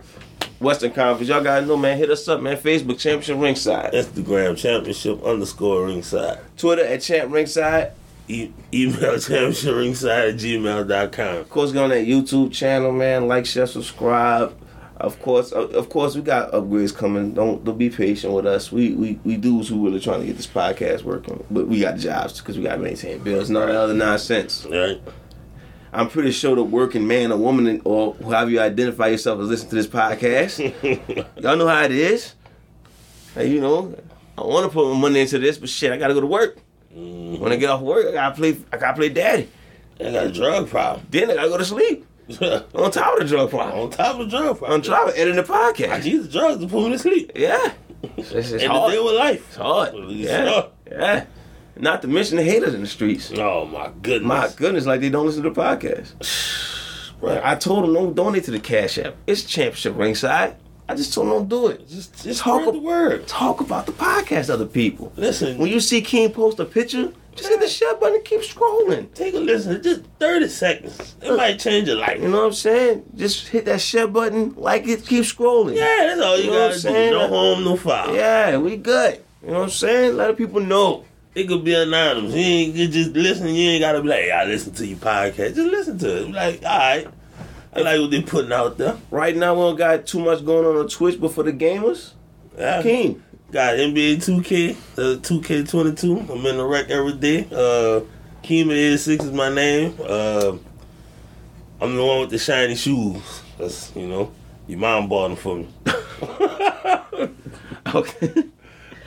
Speaker 1: Western Conference, y'all gotta know, man. Hit us up, man. Facebook Championship Ringside,
Speaker 2: Instagram championship underscore ringside.
Speaker 1: Twitter at Champ Ringside.
Speaker 2: e- email championship ringside at gmail.com.
Speaker 1: Of course, go on that YouTube channel, man. Like, share, subscribe. Of course, of of course, we got upgrades coming. Don't, don't be patient with us. We we we dudes who really trying to get this podcast working, but we got jobs because we got to maintain bills and all that other nonsense.
Speaker 2: Right?
Speaker 1: I'm pretty sure the working man or woman or however you identify yourself as listening to this podcast, y'all know how it is. Hey, you know, I want to put my money into this, but shit, I gotta go to work. When I get off work, I gotta play. I gotta play daddy.
Speaker 2: I got a drug problem.
Speaker 1: Then I gotta go to sleep on top of the drug problem.
Speaker 2: on top of the drug problem.
Speaker 1: On top of editing the
Speaker 2: Oh. I
Speaker 1: podcast.
Speaker 2: use drugs to put me to sleep.
Speaker 1: Yeah, it's, it's- it's
Speaker 2: and
Speaker 1: hard.
Speaker 2: to deal Oh, with life.
Speaker 1: It's hard. Yeah, yeah. Not to mention the haters in the streets.
Speaker 2: Oh my goodness.
Speaker 1: My goodness, like they don't listen to the podcast.
Speaker 2: Right.
Speaker 1: I told them don't donate to the Cash App. It's championship ringside. I just told them don't do it.
Speaker 2: just just
Speaker 1: Talk
Speaker 2: spread the
Speaker 1: ab-
Speaker 2: word.
Speaker 1: Talk about the podcast, to other people.
Speaker 2: Listen,
Speaker 1: When you see King post a picture, just hit the share button and keep scrolling.
Speaker 2: take a listen. Just thirty seconds. It might change your life.
Speaker 1: You know what I'm saying? Just hit that share button, like it, keep scrolling.
Speaker 2: Yeah, that's all you,
Speaker 1: You know what I'm
Speaker 2: gotta do.
Speaker 1: saying?
Speaker 2: No harm, no foul.
Speaker 1: Yeah, we good. You know what I'm saying? Let the people know.
Speaker 2: It could be anonymous. You ain't you just listen. You ain't gotta be like, I listen to your podcast. Just listen to it. Be Like, all right, I like what they putting out there.
Speaker 1: Right now, we don't got too much going on on Twitch, but for the gamers,
Speaker 2: Yeah.
Speaker 1: King.
Speaker 2: Got NBA 2K, uh, 2K22. I'm in the wreck every day. Uh, Keema86 is my name. Uh, I'm the one with the shiny shoes. That's, you know, your mom bought them for me.
Speaker 1: Okay.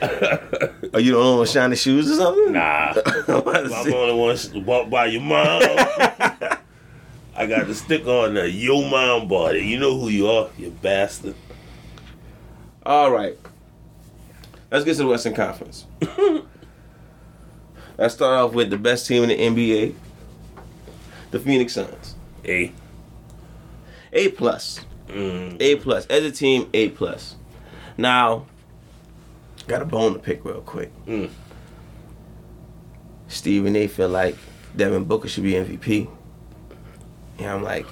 Speaker 1: Are you the only one with shiny shoes or something?
Speaker 2: Nah.
Speaker 1: I'm about to
Speaker 2: I'm
Speaker 1: say-
Speaker 2: the only one sh- bought by your mom. I got the sticker on there. Your mom bought it. You know who you are, you bastard.
Speaker 1: All right. Let's get to the Western Conference. Let's start off with the best team in the NBA, the Phoenix Suns.
Speaker 2: Hey.
Speaker 1: A plus.
Speaker 2: Mm.
Speaker 1: A plus. As a team, A plus. Now, got a bone to pick real quick.
Speaker 2: Mm.
Speaker 1: Stephen A feel like Devin Booker should be MVP. And I'm like,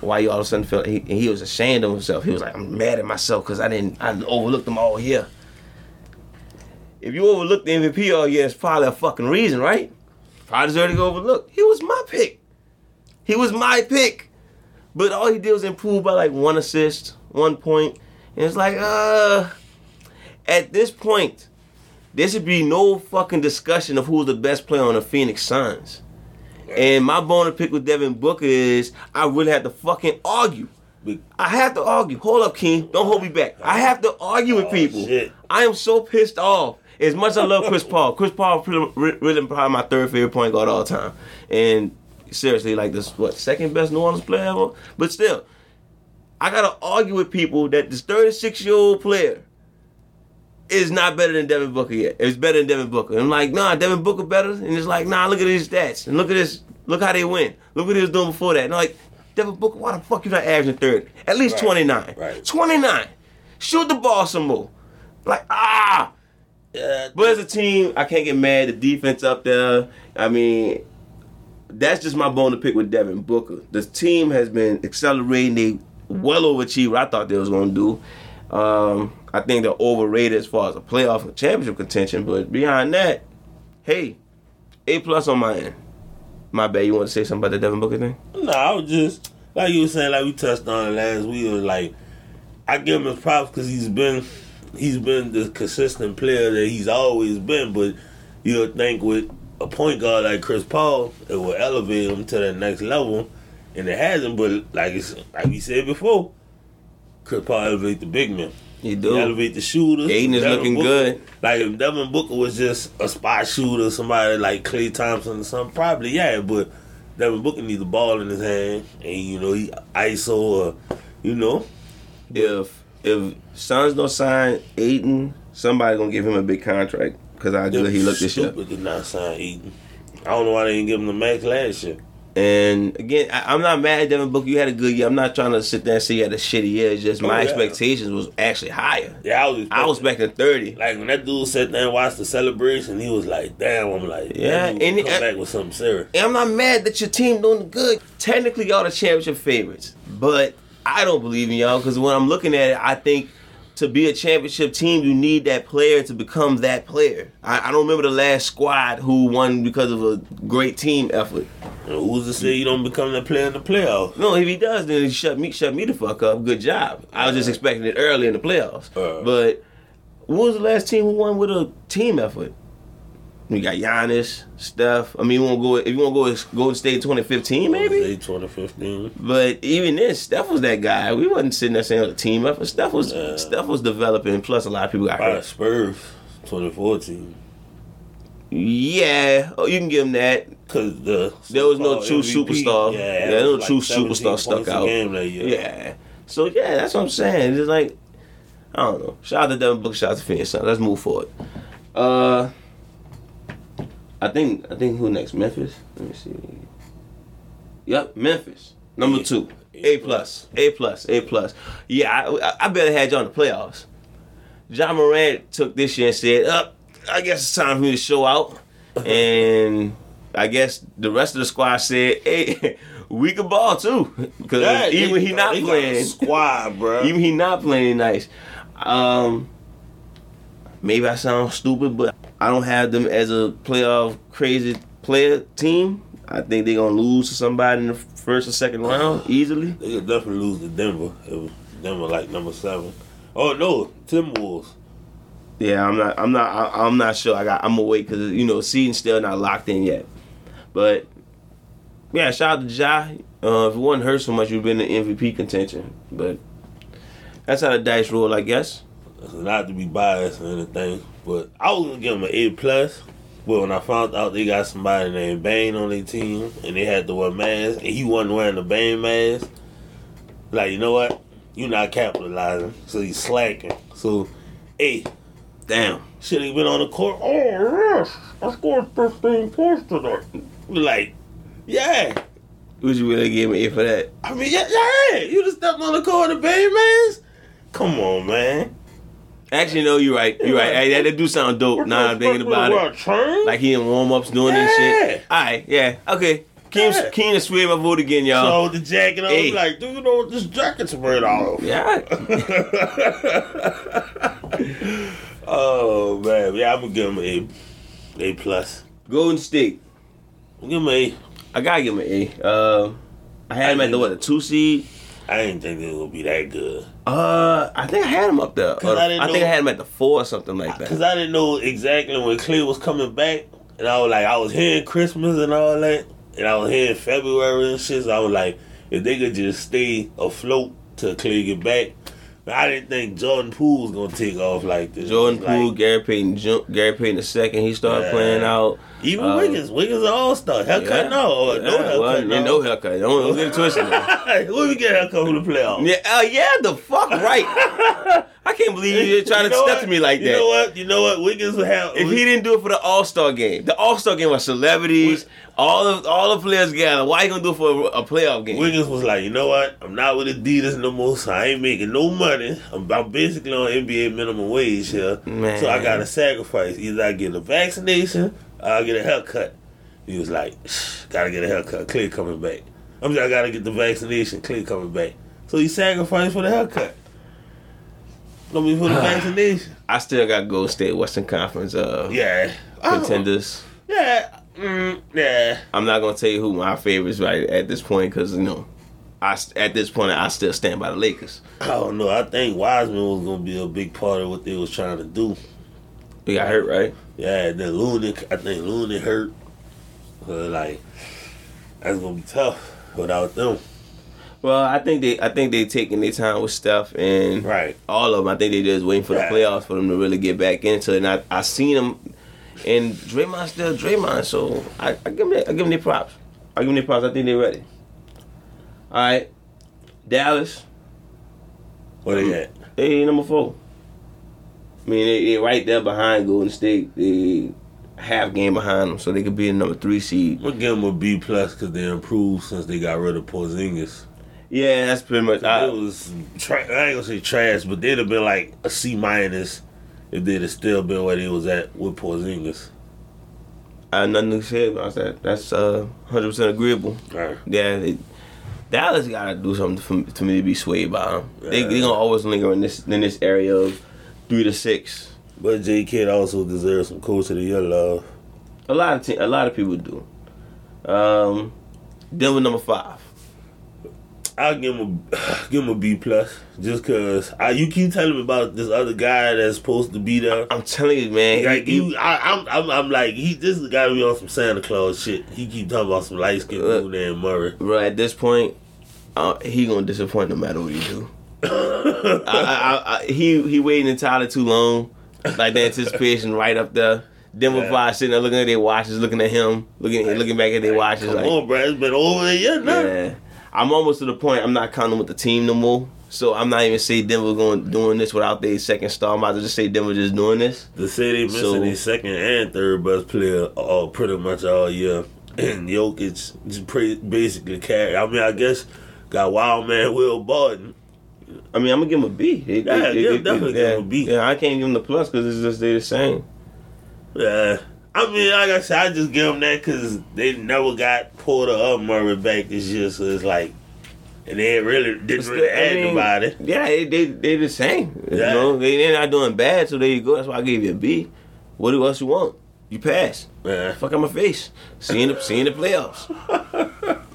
Speaker 1: why you all of a sudden feel he, and he was ashamed of himself. He was like, I'm mad at myself because I didn't I overlooked them all year. If you overlooked the MVP all year, it's probably a fucking reason, right? Probably deserve to go overlooked. He was my pick. He was my pick. But all he did was improve by like one assist, one point. And it's like, uh at this point, there should be no fucking discussion of who's the best player on the Phoenix Suns. And my bone to pick with Devin Booker is I really have to fucking argue.
Speaker 2: Be-
Speaker 1: I have to argue. Hold up, King. Don't hold me back. I have to argue with
Speaker 2: Oh,
Speaker 1: people.
Speaker 2: shit.
Speaker 1: I am so pissed off. As much as I love Chris Paul, Chris Paul pre- re- really probably my third favorite point guard of all time. And seriously, like this, what second best New Orleans player ever? But still, I gotta argue with people that this 36 year old player is not better than Devin Booker yet. It's better than Devin Booker. I'm like, nah, Devin Booker better. And it's like, nah, look at his stats. And look at this. Look how they win. Look what he was doing before that. And I'm like, Devin Booker, why the fuck you not averaging 30? At least
Speaker 2: Right.
Speaker 1: 29.
Speaker 2: Right.
Speaker 1: 29. Shoot the ball some more. Like, ah.
Speaker 2: Yeah,
Speaker 1: But as a team, I can't get mad. The defense up there. I mean, that's just my bone to pick with Devin Booker. The team has been accelerating. They well overachieved what I thought they was going to do. Um, I think they're overrated as far as a playoff and championship contention. But behind that, hey, A plus on my end. My bad. You want to say something about the Devin Booker thing?
Speaker 2: No, I was just like you were saying, like we touched on it last week. it Was like I give him his props because he's been he's been the consistent player that he's always been. But you'll think with a point guard like Chris Paul, it will elevate him to the next level, and it hasn't. But like it's, like we said before, Chris Paul elevate the big men.
Speaker 1: You
Speaker 2: He
Speaker 1: do.
Speaker 2: elevate the shooters.
Speaker 1: Aiden is
Speaker 2: Devin
Speaker 1: looking
Speaker 2: Booker-
Speaker 1: good.
Speaker 2: Like if Devin Booker was just a spot shooter, somebody like Clay Thompson or something, probably yeah. But Devin Booker needs the ball in his hand, and you know he ISO or you know
Speaker 1: If if Suns don't sign Aiton, somebody gonna give him a big contract because I do. He looked this year.
Speaker 2: stupid did not sign Aiden. I don't know why they didn't give him the max last year.
Speaker 1: And again, I, I'm not mad at Devin Booker. You had a good year. I'm not trying to sit there and say you had a shitty year. It's just my
Speaker 2: Oh, yeah.
Speaker 1: expectations was actually higher.
Speaker 2: Yeah, I was.
Speaker 1: I was
Speaker 2: expecting-
Speaker 1: expecting 30.
Speaker 2: like when that dude sat there and watched the celebration, he was like, "Damn!" I'm like,
Speaker 1: Yeah,
Speaker 2: "Yeah." That dude
Speaker 1: and-
Speaker 2: come back with something serious.
Speaker 1: And I'm not mad that your team doing good. Technically, y'all the championship favorites, but I don't believe in y'all because when I'm looking at it, I think to be a championship team, you need that player to become that player. I, I don't remember the last squad who won because of a great team effort.
Speaker 2: And who's to say you don't become that player in the playoffs?
Speaker 1: No, if he does, then he shut me shut me the fuck up. Good job. I was just expecting it early in the playoffs.
Speaker 2: Uh.
Speaker 1: but what was the last team who won with a team effort? We got Giannis, Steph. I mean, you want to go if you want to go with Golden State 2015, maybe.
Speaker 2: 2015.
Speaker 1: But even then, Steph was that guy. We wasn't sitting there saying it was a team effort. Steph was
Speaker 2: Yeah.
Speaker 1: Steph was developing. Plus, a lot of people got
Speaker 2: By the
Speaker 1: hurt.
Speaker 2: Spurs. 2014.
Speaker 1: Yeah, oh, you can give him that.
Speaker 2: Cause the
Speaker 1: There was no true
Speaker 2: so-called
Speaker 1: superstar.
Speaker 2: Yeah,
Speaker 1: Yeah,
Speaker 2: it
Speaker 1: no
Speaker 2: was
Speaker 1: true
Speaker 2: 17
Speaker 1: superstar stuck
Speaker 2: points a
Speaker 1: out.
Speaker 2: Game that year.
Speaker 1: Yeah. So yeah, that's what I'm saying. It's just like I don't know. Shout out to Devin Booker, shout out to Phoenix. Son. Let's move forward. Uh I think I think who next? Memphis? Let me see. Yep, Memphis. Number
Speaker 2: Yeah.
Speaker 1: two.
Speaker 2: A
Speaker 1: A plus. A plus. A plus. Yeah, I, I- I better had y'all in the playoffs. John Morant took this year and said, Up, I guess it's time for me to show out. And I guess the rest of the squad said, Hey, we could ball too. Because
Speaker 2: Yeah,
Speaker 1: even
Speaker 2: they-
Speaker 1: when he
Speaker 2: yo,
Speaker 1: not
Speaker 2: they got a
Speaker 1: playing,
Speaker 2: squad, bro.
Speaker 1: even he not playing nice. Um, maybe I sound stupid, but I don't have them as a playoff crazy player team. I think they're gonna lose to somebody in the first or second round easily.
Speaker 2: They could definitely lose to Denver. It was Denver like number seven. Oh no, Timberwolves.
Speaker 1: Yeah, I'm not. I'm not. I, I'm not sure. I got. I'm gonna wait because you know seeding still not locked in yet. But yeah, shout out to Ja. Uh, if it wasn't hurt so much, you'd been in MVP contention. But that's how the dice roll, I guess.
Speaker 2: It's not to be biased or anything, but I was gonna give them an A plus. But when I found out they got somebody named Bane on their team and they had to wear masks and he wasn't wearing the Bane mask, like you know what? You're not capitalizing, so he's slacking. So, hey,
Speaker 1: Damn.
Speaker 2: should he been on the court? Oh yes, I scored 15 points tonight. Like, yeah.
Speaker 1: Would you really give me A for that?
Speaker 2: I mean, yeah, yeah. You just stepped on the court of the Bane mask. Come on, man.
Speaker 1: Actually, no, you're right. You're right. Hey, that, that do sound dope. Now I'm thinking about it. Like he in warm ups doing this shit. All right, yeah, okay. Keen,
Speaker 2: Yeah.
Speaker 1: Keen is swaying my vote again, y'all.
Speaker 2: So the jacket on,
Speaker 1: Hey.
Speaker 2: like, do you know what this jacket's made out of?
Speaker 1: yeah, all right.
Speaker 2: oh man, yeah, I'm gonna give him a A plus.
Speaker 1: Golden State.
Speaker 2: I'm gonna give him
Speaker 1: I gotta give him an A. Um, I had him at the what, the two seed.
Speaker 2: a. I didn't think it was gonna be that good
Speaker 1: Uh, I think I had him up there. Or-
Speaker 2: I
Speaker 1: I,
Speaker 2: didn't
Speaker 1: think
Speaker 2: know-
Speaker 1: I had him at the four or something like
Speaker 2: because
Speaker 1: that.
Speaker 2: I didn't know exactly when Clear was coming back, and I was like, I was hearing Christmas and all that, and I was hearing February and shit. So I was like, if they could just stay afloat till Clear get back. But I didn't think Jordan Poole was gonna take off like this.
Speaker 1: Jordan
Speaker 2: Like,
Speaker 1: Poole, Gary Payton, Ju- Gary Payton the second. He started
Speaker 2: Yeah.
Speaker 1: playing out.
Speaker 2: Even
Speaker 1: Uh,
Speaker 2: Wiggins, Wiggins an all star. Haircut
Speaker 1: Yeah.
Speaker 2: no, or no
Speaker 1: Yeah,
Speaker 2: haircut
Speaker 1: well,
Speaker 2: no.
Speaker 1: no haircut. Don't, don't get it twisted. now.
Speaker 2: Where we get haircut from the playoffs?
Speaker 1: Yeah, uh, yeah, the fuck right. I can't believe you're trying to
Speaker 2: know
Speaker 1: step
Speaker 2: what?
Speaker 1: to me like
Speaker 2: you
Speaker 1: that.
Speaker 2: know what? You know what? Wiggins would have.
Speaker 1: If he didn't do it for the All Star game, the All Star game was celebrities, all of all the players gathered. Why you gonna do it for a, a playoff game?
Speaker 2: Wiggins was like, you know what? I'm not with Adidas no more, so I ain't making no money. I'm, I'm basically on NBA minimum wage here,
Speaker 1: Man.
Speaker 2: so I gotta sacrifice. Either I get a vaccination or I get a haircut. He was like, gotta get a haircut. Clay coming back. I'm just, I gotta get the vaccination. Clay coming back. So he sacrificed for the haircut. I mean, for the vaccination.
Speaker 1: I still got Gold State Western Conference uh,
Speaker 2: Yeah.
Speaker 1: contenders.
Speaker 2: Yeah. Mm, yeah.
Speaker 1: I'm not gonna tell you who my favorites right at this point because you know, I st- at this point I still stand by the Lakers.
Speaker 2: I don't know. I think Wiseman was gonna be a big part of what they was trying to do.
Speaker 1: They got hurt, right?
Speaker 2: Yeah, and then Lunin, I think Lunin hurt. So like, that's gonna be tough without them.
Speaker 1: Well, I think they I think they taking their time with stuff and
Speaker 2: Right.
Speaker 1: all of them. I think they just waiting for the
Speaker 2: Yeah.
Speaker 1: playoffs for them to really get back into it. And I, I seen them, and Draymond still Draymond. So I, I give them I give them their props. I give them their props. I think they're ready. All right, Dallas,
Speaker 2: Where they at?
Speaker 1: they number four. I mean, they they right there behind Golden State. They half game behind them, so they could be in number three seed.
Speaker 2: I'm gonna give them a B plus because they improved since they got rid of Porzingis.
Speaker 1: Yeah, that's pretty much.
Speaker 2: It
Speaker 1: I,
Speaker 2: was tra- I ain't gonna say trash, but they'd have been like a C minus if they'd have still been where they was at with Porzingis.
Speaker 1: I had nothing to say about that. That's uh, hundred percent agreeable.
Speaker 2: Right.
Speaker 1: Yeah, they, Dallas got to do something for, me- for me to be swayed by them. They
Speaker 2: Yeah.
Speaker 1: they gonna always linger in this in this area of three to six.
Speaker 2: But J Kidd also deserves some coach of the year love.
Speaker 1: A lot of te- a lot of people do. Um, Denver number five.
Speaker 2: I'll give him a give him a B plus just cause I, you keep telling me about this other guy that's supposed to be there.
Speaker 1: I'm telling you, man. he-
Speaker 2: Like
Speaker 1: he-
Speaker 2: you, I, I'm, I'm, I'm like he. This has got to be on some Santa Claus shit. He keep talking about some light skinned
Speaker 1: Look.
Speaker 2: dude named Murray.
Speaker 1: bro, at this point, uh, he gonna disappoint no matter what you do. I, I, I, he he waiting in Tyler too long. Like the anticipation right up there. Denver
Speaker 2: Yeah.
Speaker 1: fly sitting there looking at their watches, looking at him, looking looking back at their watches.
Speaker 2: Come
Speaker 1: Like,
Speaker 2: on, bro. It's been over a year now.
Speaker 1: yeah. I'm almost to the point I'm not counting with the team no more. So I'm not even saying Denver going doing this without their second star. I'm about to just say Denver just doing this.
Speaker 2: The city missing
Speaker 1: So-
Speaker 2: his second and third best player all pretty much all year, and Jokic just pretty, basically carry. I mean, I guess got Wild Man Will Barton.
Speaker 1: I mean, I'm gonna give him a B. They-
Speaker 2: Yeah,
Speaker 1: they-
Speaker 2: yeah,
Speaker 1: they-
Speaker 2: definitely
Speaker 1: they-
Speaker 2: give him
Speaker 1: yeah.
Speaker 2: a B.
Speaker 1: Yeah, I can't give him the plus because it's just they the same.
Speaker 2: Yeah, I mean, like I said, I just give them that because they never got Porter or Murray back this year, so it's like, and they ain't really didn't really
Speaker 1: I
Speaker 2: add
Speaker 1: mean,
Speaker 2: nobody.
Speaker 1: Yeah, they they they the same. You
Speaker 2: Yeah.
Speaker 1: know, they they're not doing bad, so there you go. That's why I gave you a B. What do- what else you want? You pass.
Speaker 2: Yeah.
Speaker 1: Fuck out my face. Seeing the seeing the playoffs.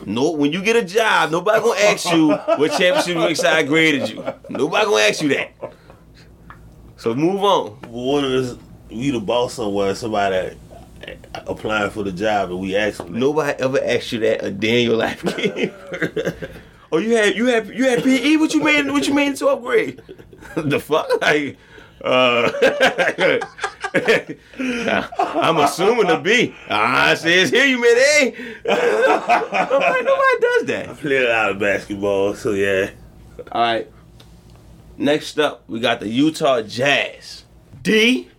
Speaker 1: No, when you get a job, nobody gonna ask you what championship you excited graded you. Nobody gonna ask you that. So move on.
Speaker 2: But What if it's- we the boss somewhere? Somebody uh, applying for the job, and we ask them.
Speaker 1: Nobody ever asked you that a day in your life. Keith. oh, you had you had you had PE. What you made? What you made in twelfth grade? the fuck? Like, uh, I'm assuming the B. I says here you made A. I'm like, nobody does that.
Speaker 2: Played a lot of basketball, so yeah.
Speaker 1: All right. Next up, we got the Utah Jazz. D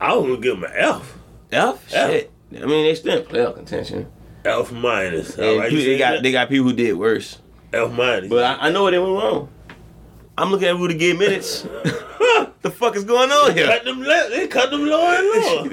Speaker 2: I was gonna give him an F.
Speaker 1: F.
Speaker 2: Yeah.
Speaker 1: Shit. I mean, they still in playoff contention.
Speaker 2: F minus.
Speaker 1: And
Speaker 2: All right,
Speaker 1: people-
Speaker 2: you
Speaker 1: they
Speaker 2: see
Speaker 1: got
Speaker 2: that?
Speaker 1: they got people who did worse.
Speaker 2: F minus.
Speaker 1: But I, I know where they went wrong. I'm looking at Rudy Gay minutes. the fuck is going on here?
Speaker 2: cut them. le- They cut them low and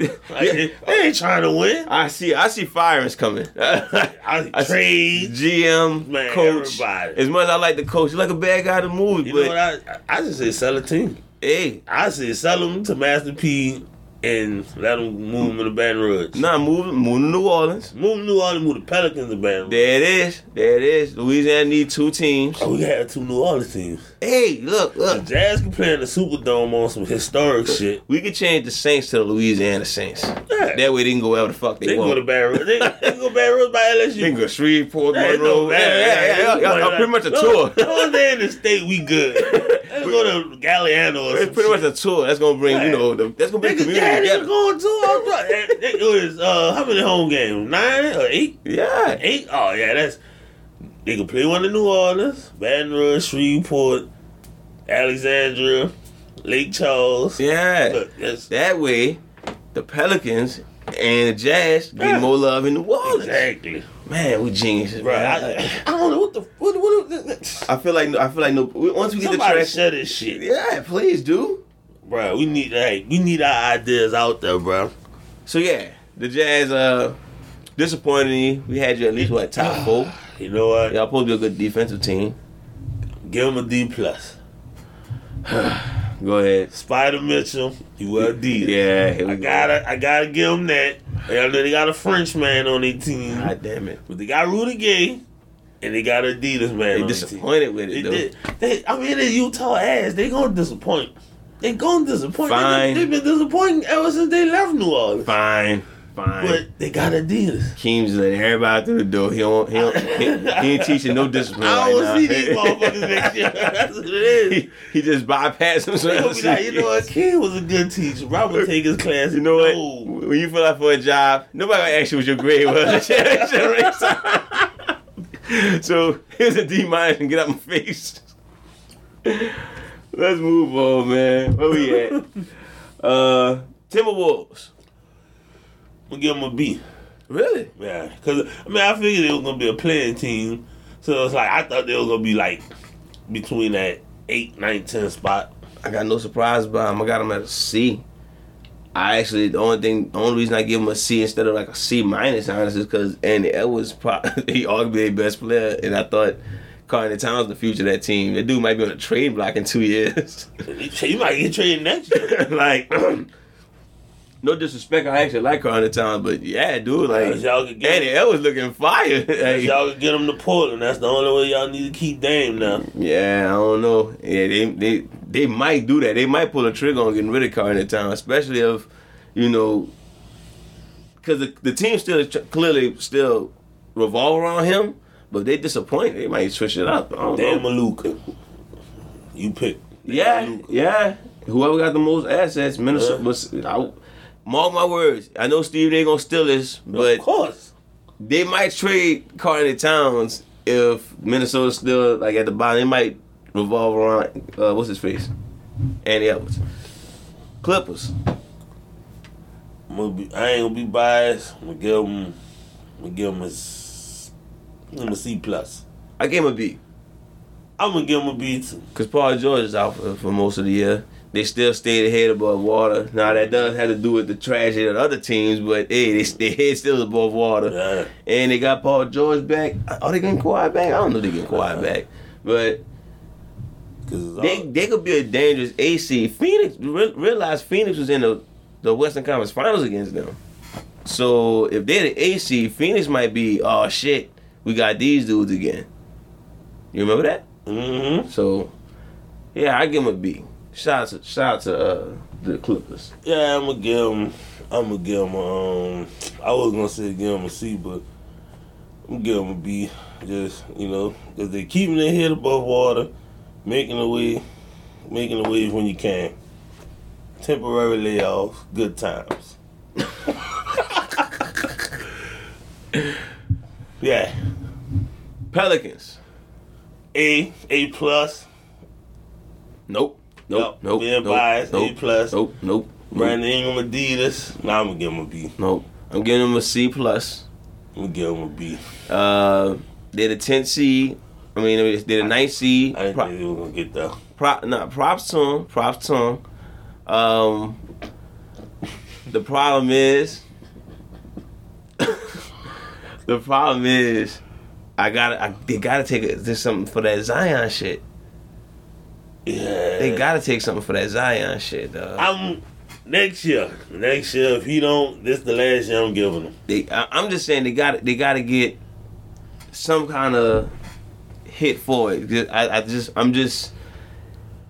Speaker 2: low. Like, they, they ain't trying to win.
Speaker 1: I see. I see firings coming.
Speaker 2: I,
Speaker 1: I see
Speaker 2: trade.
Speaker 1: GM,
Speaker 2: Man,
Speaker 1: coach.
Speaker 2: everybody.
Speaker 1: As much as I like the coach, he's like a bad guy to move.
Speaker 2: You know what?
Speaker 1: But
Speaker 2: I I just say sell a team.
Speaker 1: hey,
Speaker 2: I say sell them to Master P and let them move them to Baton Rouge.
Speaker 1: nah, moving, moving to New Orleans.
Speaker 2: Move them New Orleans, move the Pelicans to Baton Rouge.
Speaker 1: There it is. There it is. Louisiana need two teams.
Speaker 2: Oh, we have two New Orleans teams.
Speaker 1: Hey, look,
Speaker 2: The
Speaker 1: look.
Speaker 2: Jazz can play in the Superdome on some historic shit.
Speaker 1: We could change the Saints to the Louisiana Saints.
Speaker 2: Yeah.
Speaker 1: That way they can go wherever the fuck they,
Speaker 2: They
Speaker 1: want.
Speaker 2: go to Baton Rouge. They, they go to Baton Rouge by LSU.
Speaker 1: They can go Shreveport,
Speaker 2: Yeah, it
Speaker 1: Monroe.
Speaker 2: don't matter.
Speaker 1: yeah, yeah, yeah. yeah. yeah, Pretty much a
Speaker 2: As
Speaker 1: tour.
Speaker 2: long- As long as they in the state, we good. Let's go to Galliano or
Speaker 1: It's
Speaker 2: some
Speaker 1: pretty much
Speaker 2: shit.
Speaker 1: a tour. That's gonna bring you know. The, that's gonna bring the
Speaker 2: Niggas,
Speaker 1: community
Speaker 2: yeah, niggas
Speaker 1: together.
Speaker 2: going to. I'm like, eh, It was, uh, how many home games? Nine or eight?
Speaker 1: Yeah,
Speaker 2: Eight? Oh, yeah, that's. They can play one in New Orleans, Baton Rouge, Shreveport, Alexandria, Lake Charles.
Speaker 1: yeah.
Speaker 2: Look, that's
Speaker 1: That way, the Pelicans and the Jazz get
Speaker 2: Yeah.
Speaker 1: more love in New Orleans.
Speaker 2: exactly.
Speaker 1: Man, we geniuses,
Speaker 2: Bro,
Speaker 1: man.
Speaker 2: I,
Speaker 1: I,
Speaker 2: I don't know what the. What, what, what,
Speaker 1: I feel like I feel like no. Once we get the
Speaker 2: somebody
Speaker 1: track,
Speaker 2: shut this shit.
Speaker 1: yeah, please do.
Speaker 2: Bruh, we need hey, we need our ideas out there, bruh.
Speaker 1: So yeah, the Jazz uh disappointed me. We had you at least what top four.
Speaker 2: You know what?
Speaker 1: Y'all supposed to be a good defensive team.
Speaker 2: Give him a D plus.
Speaker 1: Go ahead.
Speaker 2: Spider Mitchell, you were a D.
Speaker 1: Yeah, here we
Speaker 2: I
Speaker 1: go.
Speaker 2: gotta I gotta give him that. I know they got a Frenchman on their team.
Speaker 1: God damn it.
Speaker 2: But they got Rudy Gay and they got
Speaker 1: They
Speaker 2: Adidas man on their team.
Speaker 1: disappointed with
Speaker 2: They
Speaker 1: it though.
Speaker 2: did. They, I mean they Utah ass, they gonna disappoint. They gonna disappoint.
Speaker 1: Fine.
Speaker 2: They, have been disappointing ever since they left New Orleans.
Speaker 1: Fine, fine.
Speaker 2: But they got Adidas.
Speaker 1: Keem's letting everybody through the door. He don't, he, don't, he, he ain't teaching no discipline.
Speaker 2: I don't
Speaker 1: right now.
Speaker 2: see these motherfuckers next year. That's what it is.
Speaker 1: he, he just bypassed him. So
Speaker 2: They gonna be like, you know what, King was a good teacher. Rob would take his class.
Speaker 1: You know
Speaker 2: No.
Speaker 1: what? When you fill out for a job, nobody gonna ask you what your grade was. so here's a D minus and get out my face. Let's move on, man. Where we at? Uh, Timberwolves.
Speaker 2: I'm gonna give him a B.
Speaker 1: Really?
Speaker 2: Yeah, cause I mean, I figured it was gonna be a playing team, so it's like I thought they was gonna be like between that eight, nine, ten spot.
Speaker 1: I got no surprise by him. I got him at a C. I actually the only thing, the only reason I give him a C instead of like a C minus, honestly, is because Andy Edwards probably he arguably the best player, and I thought Carney Towns the future of that team. That dude might be on a trade block in two years.
Speaker 2: You might get traded next year.
Speaker 1: like, no disrespect, I actually like Carney Towns, but yeah, dude,
Speaker 2: If
Speaker 1: like
Speaker 2: y'all could get
Speaker 1: Andy Edwards looking fire.
Speaker 2: if
Speaker 1: Like,
Speaker 2: y'all could get them to Portland. That's the only way y'all need to keep Dame now.
Speaker 1: Yeah, I don't know. Yeah, they they they might do that. They might pull a trigger on getting rid of Carter Town, especially if you know, because the the team still tr- clearly still revolve around him. But if they disappoint. They might switch it up. I don't
Speaker 2: Dame
Speaker 1: know.
Speaker 2: Maluka, you pick. Dame
Speaker 1: Yeah,
Speaker 2: Maluka.
Speaker 1: yeah. whoever got the most assets, Minnesota.
Speaker 2: Yeah.
Speaker 1: Was, I, mark my words. I know Steve they gonna steal this, but
Speaker 2: of course.
Speaker 1: they might trade Carney Towns if Minnesota's still like at the bottom. They might revolve around uh, what's his face, Andy Edwards, Clippers.
Speaker 2: I'm gonna be, I ain't gonna be biased. I'm gonna give him, I'm gonna give him a, s- give him a C plus.
Speaker 1: I gave him a B
Speaker 2: I'm gonna give him a B too.
Speaker 1: because Paul George is out for, for most of the year. They still stayed ahead above water. Now that does have to do with the tragedy of the other teams, but hey, they their head still above water.
Speaker 2: Yeah.
Speaker 1: And they got Paul George back. Are they getting Kawhi back? I don't know if they getting Kawhi back, but
Speaker 2: Cause it's
Speaker 1: They
Speaker 2: all-
Speaker 1: they could be a dangerous AC. Phoenix re- realized Phoenix was in the the Western Conference Finals against them. So if they're the AC, Phoenix might be oh shit, we got these dudes again. You remember that?
Speaker 2: Mm-hmm.
Speaker 1: So yeah, I give them a B. Shout out to shout out to uh, the Clippers.
Speaker 2: Yeah, I'm gonna give him. I'm gonna give him. A, um, I was gonna say give him a C, but I'm gonna give him a B. Just you know, cause they keeping their head above water, making the way, making the waves when you can. Temporary layoffs, good times. yeah,
Speaker 1: Pelicans.
Speaker 2: A, A plus.
Speaker 1: Nope. Nope.
Speaker 2: Nope.
Speaker 1: Nope.
Speaker 2: Being
Speaker 1: nope,
Speaker 2: biased, A
Speaker 1: nope,
Speaker 2: plus.
Speaker 1: Nope. Nope. Nope.
Speaker 2: Brandon Ingram, Adidas. Nah, I'm gonna give him a B.
Speaker 1: Nope. I'm giving them a C plus.
Speaker 2: I'm gonna give him a B.
Speaker 1: Uh, they're the 10th seed. I mean, they're the 9th seed.
Speaker 2: I didn't
Speaker 1: Pro-
Speaker 2: think they were gonna get there.
Speaker 1: prop not props to him, props to him. Um, the problem is, the problem is, I gotta, I, they gotta take a, there's something for that Zion shit.
Speaker 2: Yeah.
Speaker 1: They gotta take something for that Zion shit, dog.
Speaker 2: I'm next year. Next year, if he don't, this the last year I'm giving him.
Speaker 1: they, I, I'm just saying they got, they gotta get some kind of hit for it. Just- I, I just, I'm just,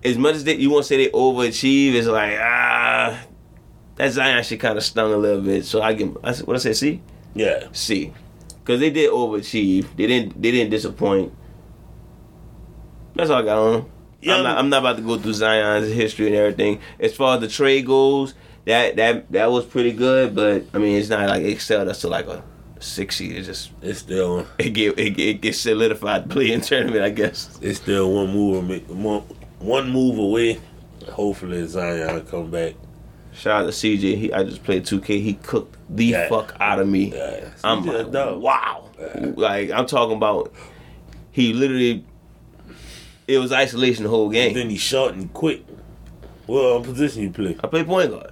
Speaker 1: as much as they, you want to say they overachieve, it's like ah, that Zion shit kind of stung a little bit. So I give, I s- what I say, C,
Speaker 2: Yeah.
Speaker 1: C, because they did overachieve. They didn't, they didn't disappoint. That's all I got on. 'em. I'm
Speaker 2: Young-
Speaker 1: not, I'm not about to go through Zion's history and everything. As far as the trade goes, that that that was pretty good, but I mean, it's not like it excelled us to like a six seed. It just
Speaker 2: It's still
Speaker 1: it get it, it, it solidified the play-in tournament, I guess.
Speaker 2: it's still one move away- one one move away. Hopefully Zion come back.
Speaker 1: Shout out to CJ. He, I just played 2K. He cooked the
Speaker 2: Yeah.
Speaker 1: fuck out of me.
Speaker 2: Yeah.
Speaker 1: I'm
Speaker 2: CJ a
Speaker 1: like,
Speaker 2: dog.
Speaker 1: wow. Like I'm talking about. He literally. It was isolation the whole game.
Speaker 2: Then he short and quick. Well, what position you play?
Speaker 1: I play point guard.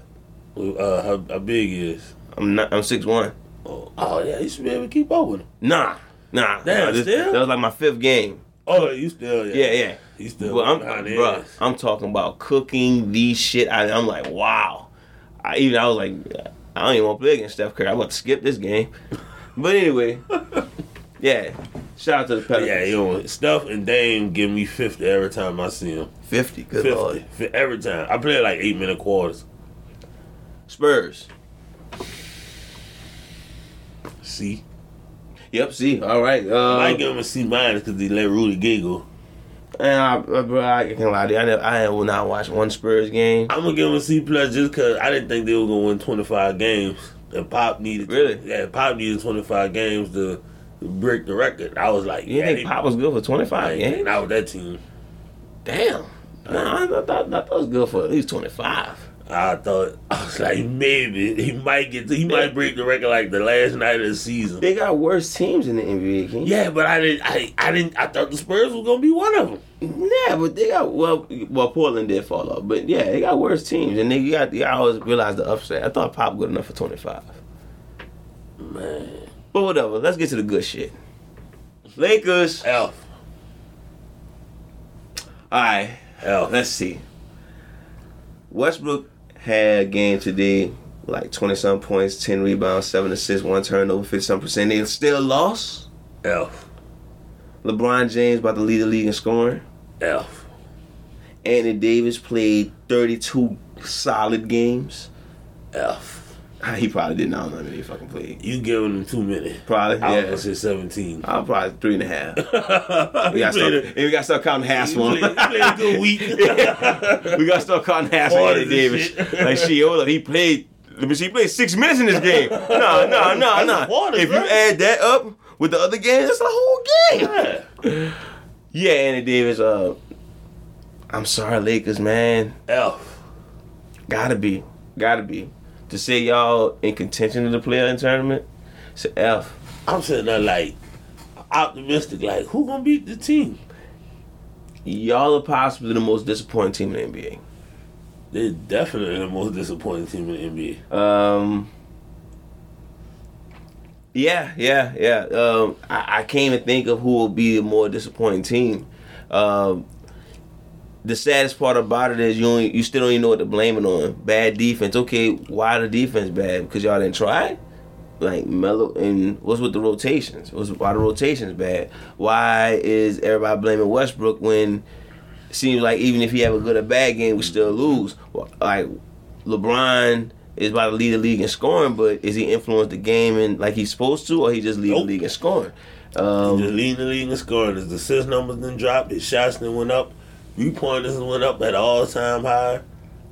Speaker 2: Uh, how, how big he is?
Speaker 1: I'm not. I'm six one.
Speaker 2: Oh, oh, yeah, you should be able to keep up with him.
Speaker 1: Nah, nah.
Speaker 2: Damn,
Speaker 1: nah, this-
Speaker 2: still?
Speaker 1: That was like my fifth game.
Speaker 2: Oh, you still
Speaker 1: Yeah, yeah.
Speaker 2: He's still
Speaker 1: But I'm,
Speaker 2: behind the
Speaker 1: bruh,
Speaker 2: ass.
Speaker 1: I'm talking about cooking the shit. I, I'm like, wow. I even I was like, I don't even want to play against Steph Curry. I'm about to skip this game. But anyway, yeah. Shout out to the Pelicans.
Speaker 2: Yeah, you know, Steph and Dame give me 50 every time I see him.
Speaker 1: 50. Good
Speaker 2: 50.
Speaker 1: lord.
Speaker 2: Fi- Every time. I play like eight minute quarters.
Speaker 1: Spurs.
Speaker 2: See?
Speaker 1: Yep. See. All right. Uh,
Speaker 2: I give him a C minus because he let Rudy giggle.
Speaker 1: and I, uh, bro, I can lie to you. I, never, I will not watch one Spurs game.
Speaker 2: I'm gonna give him a C plus just because I didn't think they were gonna win 25 games. And Pop needed
Speaker 1: Really?
Speaker 2: yeah, Pop needed 25 games to, to break the record. I was like,
Speaker 1: You
Speaker 2: yeah,
Speaker 1: think
Speaker 2: they-
Speaker 1: Pop was good for 25
Speaker 2: I
Speaker 1: games?
Speaker 2: ain't out with that team.
Speaker 1: Damn. Nah, I thought, thought that was good for at least 25.
Speaker 2: I thought I was like, maybe he might get he might break the record like the last night of the season.
Speaker 1: They got worse teams in the NBA, King.
Speaker 2: Yeah, but I didn't. I, I didn't. I thought the Spurs was gonna be one of them.
Speaker 1: Yeah, but they got well. Well, Portland did fall off, but yeah, they got worse teams, and they you got. I always realized the upset. I thought Pop good enough for twenty five,
Speaker 2: Man,
Speaker 1: but whatever. Let's get to the good shit. Lakers. All
Speaker 2: F,
Speaker 1: right,
Speaker 2: F.
Speaker 1: let's see. Westbrook had a game today, like twenty some points, ten rebounds, seven assists, one turnover, fifty some percent. They still lost.
Speaker 2: F,
Speaker 1: LeBron James about to lead the league in scoring.
Speaker 2: F.
Speaker 1: Anthony Davis played thirty two solid games.
Speaker 2: F.
Speaker 1: He probably didn't. I don't know how many he fucking played.
Speaker 2: You giving him too many.
Speaker 1: Probably,
Speaker 2: I was
Speaker 1: yeah.
Speaker 2: gonna say seventeen.
Speaker 1: I was probably three and a half. We
Speaker 2: we
Speaker 1: got start, and we got to start counting halves
Speaker 2: He
Speaker 1: for
Speaker 2: played, he
Speaker 1: him.
Speaker 2: played a good week.
Speaker 1: we got to start counting halves for
Speaker 2: Hard
Speaker 1: Anthony
Speaker 2: as
Speaker 1: Davis.
Speaker 2: shit.
Speaker 1: like she, hold up, he played. I mean, She played six minutes in this game. No, no, no,
Speaker 2: That's
Speaker 1: no.
Speaker 2: hard as
Speaker 1: If you
Speaker 2: hell.
Speaker 1: add that up with the other game, that's the whole game.
Speaker 2: Yeah.
Speaker 1: Yeah, Anthony Davis. Uh, I'm sorry, Lakers, man.
Speaker 2: Elf.
Speaker 1: Gotta be, gotta be. To say y'all in contention of the playoff tournament, it's an F.
Speaker 2: I'm sitting there like optimistic, like who gonna beat the team?
Speaker 1: Y'all are possibly the most disappointing team in the
Speaker 2: They're definitely the most disappointing team in the NBA.
Speaker 1: NBA. Um, yeah, yeah, yeah. Um, I, I can't even think of who will be the more disappointing team. Um, the saddest part about it is you only, you still don't even know what to blame it on. Bad defense. Okay, why the defense bad? Because y'all didn't try. Like mellow and what's with the rotations? What's why the rotations bad? Why is everybody blaming Westbrook when it seems like even if he have a good or bad game, we still lose? Well, Like LeBron is about to lead the league in scoring, but is he influence the game and like he's supposed to, or he just lead
Speaker 2: Nope.
Speaker 1: the league in scoring? Um,
Speaker 2: Just leading the league in scoring. His assist numbers didn't drop. His shots didn't went up. Three pointers went up at all time high.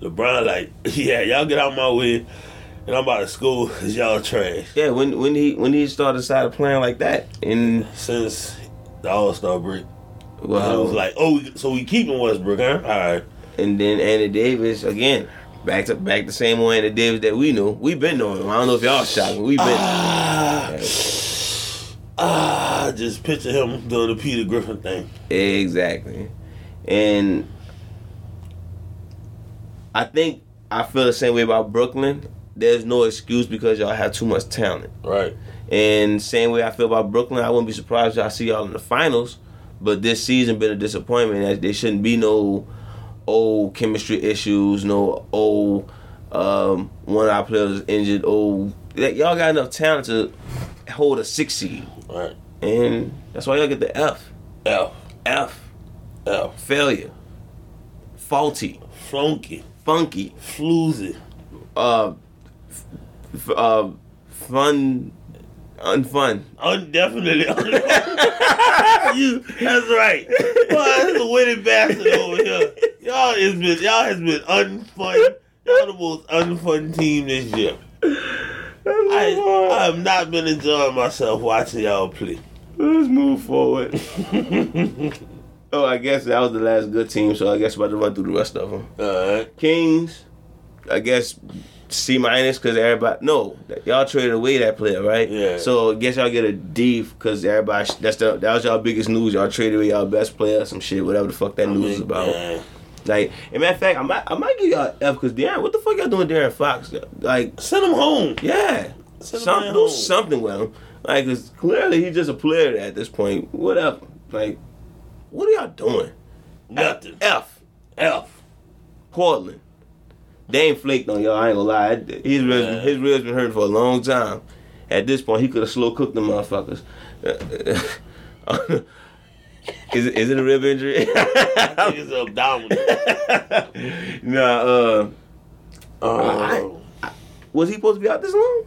Speaker 2: LeBron like, yeah, y'all get out my way, and I'm about to score. 'cause y'all trash.
Speaker 1: Yeah, when when he when he started started playing like that, and
Speaker 2: Since the All Star break,
Speaker 1: well,
Speaker 2: it was like, oh, so we keeping Westbrook, huh? All right.
Speaker 1: and then Andy Davis again, back to back the same way Andy Davis that we knew. We've been knowing him. I don't know if y'all shocked. We've been.
Speaker 2: Ah, ah, just picture him doing the Peter Griffin thing.
Speaker 1: Exactly. And I think I feel the same way about Brooklyn. There's no excuse because y'all have too much talent.
Speaker 2: Right.
Speaker 1: And same way I feel about Brooklyn, I wouldn't be surprised if I see y'all in the finals. But this season been a disappointment. As There shouldn't be no old chemistry issues, no old um, one of our players is injured. Old like, y'all got enough talent to hold a six seed,
Speaker 2: Right.
Speaker 1: and that's why y'all get the F.
Speaker 2: L.
Speaker 1: F
Speaker 2: L.
Speaker 1: failure, faulty,
Speaker 2: Flunky.
Speaker 1: funky,
Speaker 2: Floozy.
Speaker 1: uh, f- uh, fun, unfun.
Speaker 2: Undefinitely. you. That's right. Boy, this is a winning bastard over here. Y'all has been y'all has been unfun. Y'all the most unfun team this year. I, I have not been enjoying myself watching y'all play.
Speaker 1: Let's move forward. oh, I guess that was the last good team, so I guess we're about to run through the rest of them.
Speaker 2: Alright.
Speaker 1: Kings, I guess C minus because everybody no y'all traded away that player right.
Speaker 2: Yeah.
Speaker 1: So I guess y'all get a D because everybody that's the that was y'all biggest news. Y'all traded away y'all best player, some shit, whatever the fuck that news is about.
Speaker 2: Man,
Speaker 1: Like, and matter of fact, I might I might give y'all F because Darren, what the fuck y'all doing, with Darren Fox? Like,
Speaker 2: Send them home.
Speaker 1: yeah,
Speaker 2: Send him
Speaker 1: some,
Speaker 2: man
Speaker 1: do
Speaker 2: home.
Speaker 1: something with him. Like, 'cause clearly he's just a player at this point. Whatever. Like, what are y'all doing?
Speaker 2: Nothing.
Speaker 1: F.
Speaker 2: Elf.
Speaker 1: Portland. They ain't flaked on y'all. I ain't gonna lie. His ribs,
Speaker 2: Yeah.
Speaker 1: his ribs been hurting for a long time. At this point, he could have slow cooked them motherfuckers. is it, is it a rib injury?
Speaker 2: I think it's abdominal.
Speaker 1: nah. Uh,
Speaker 2: Uh,
Speaker 1: was he supposed to be out this long?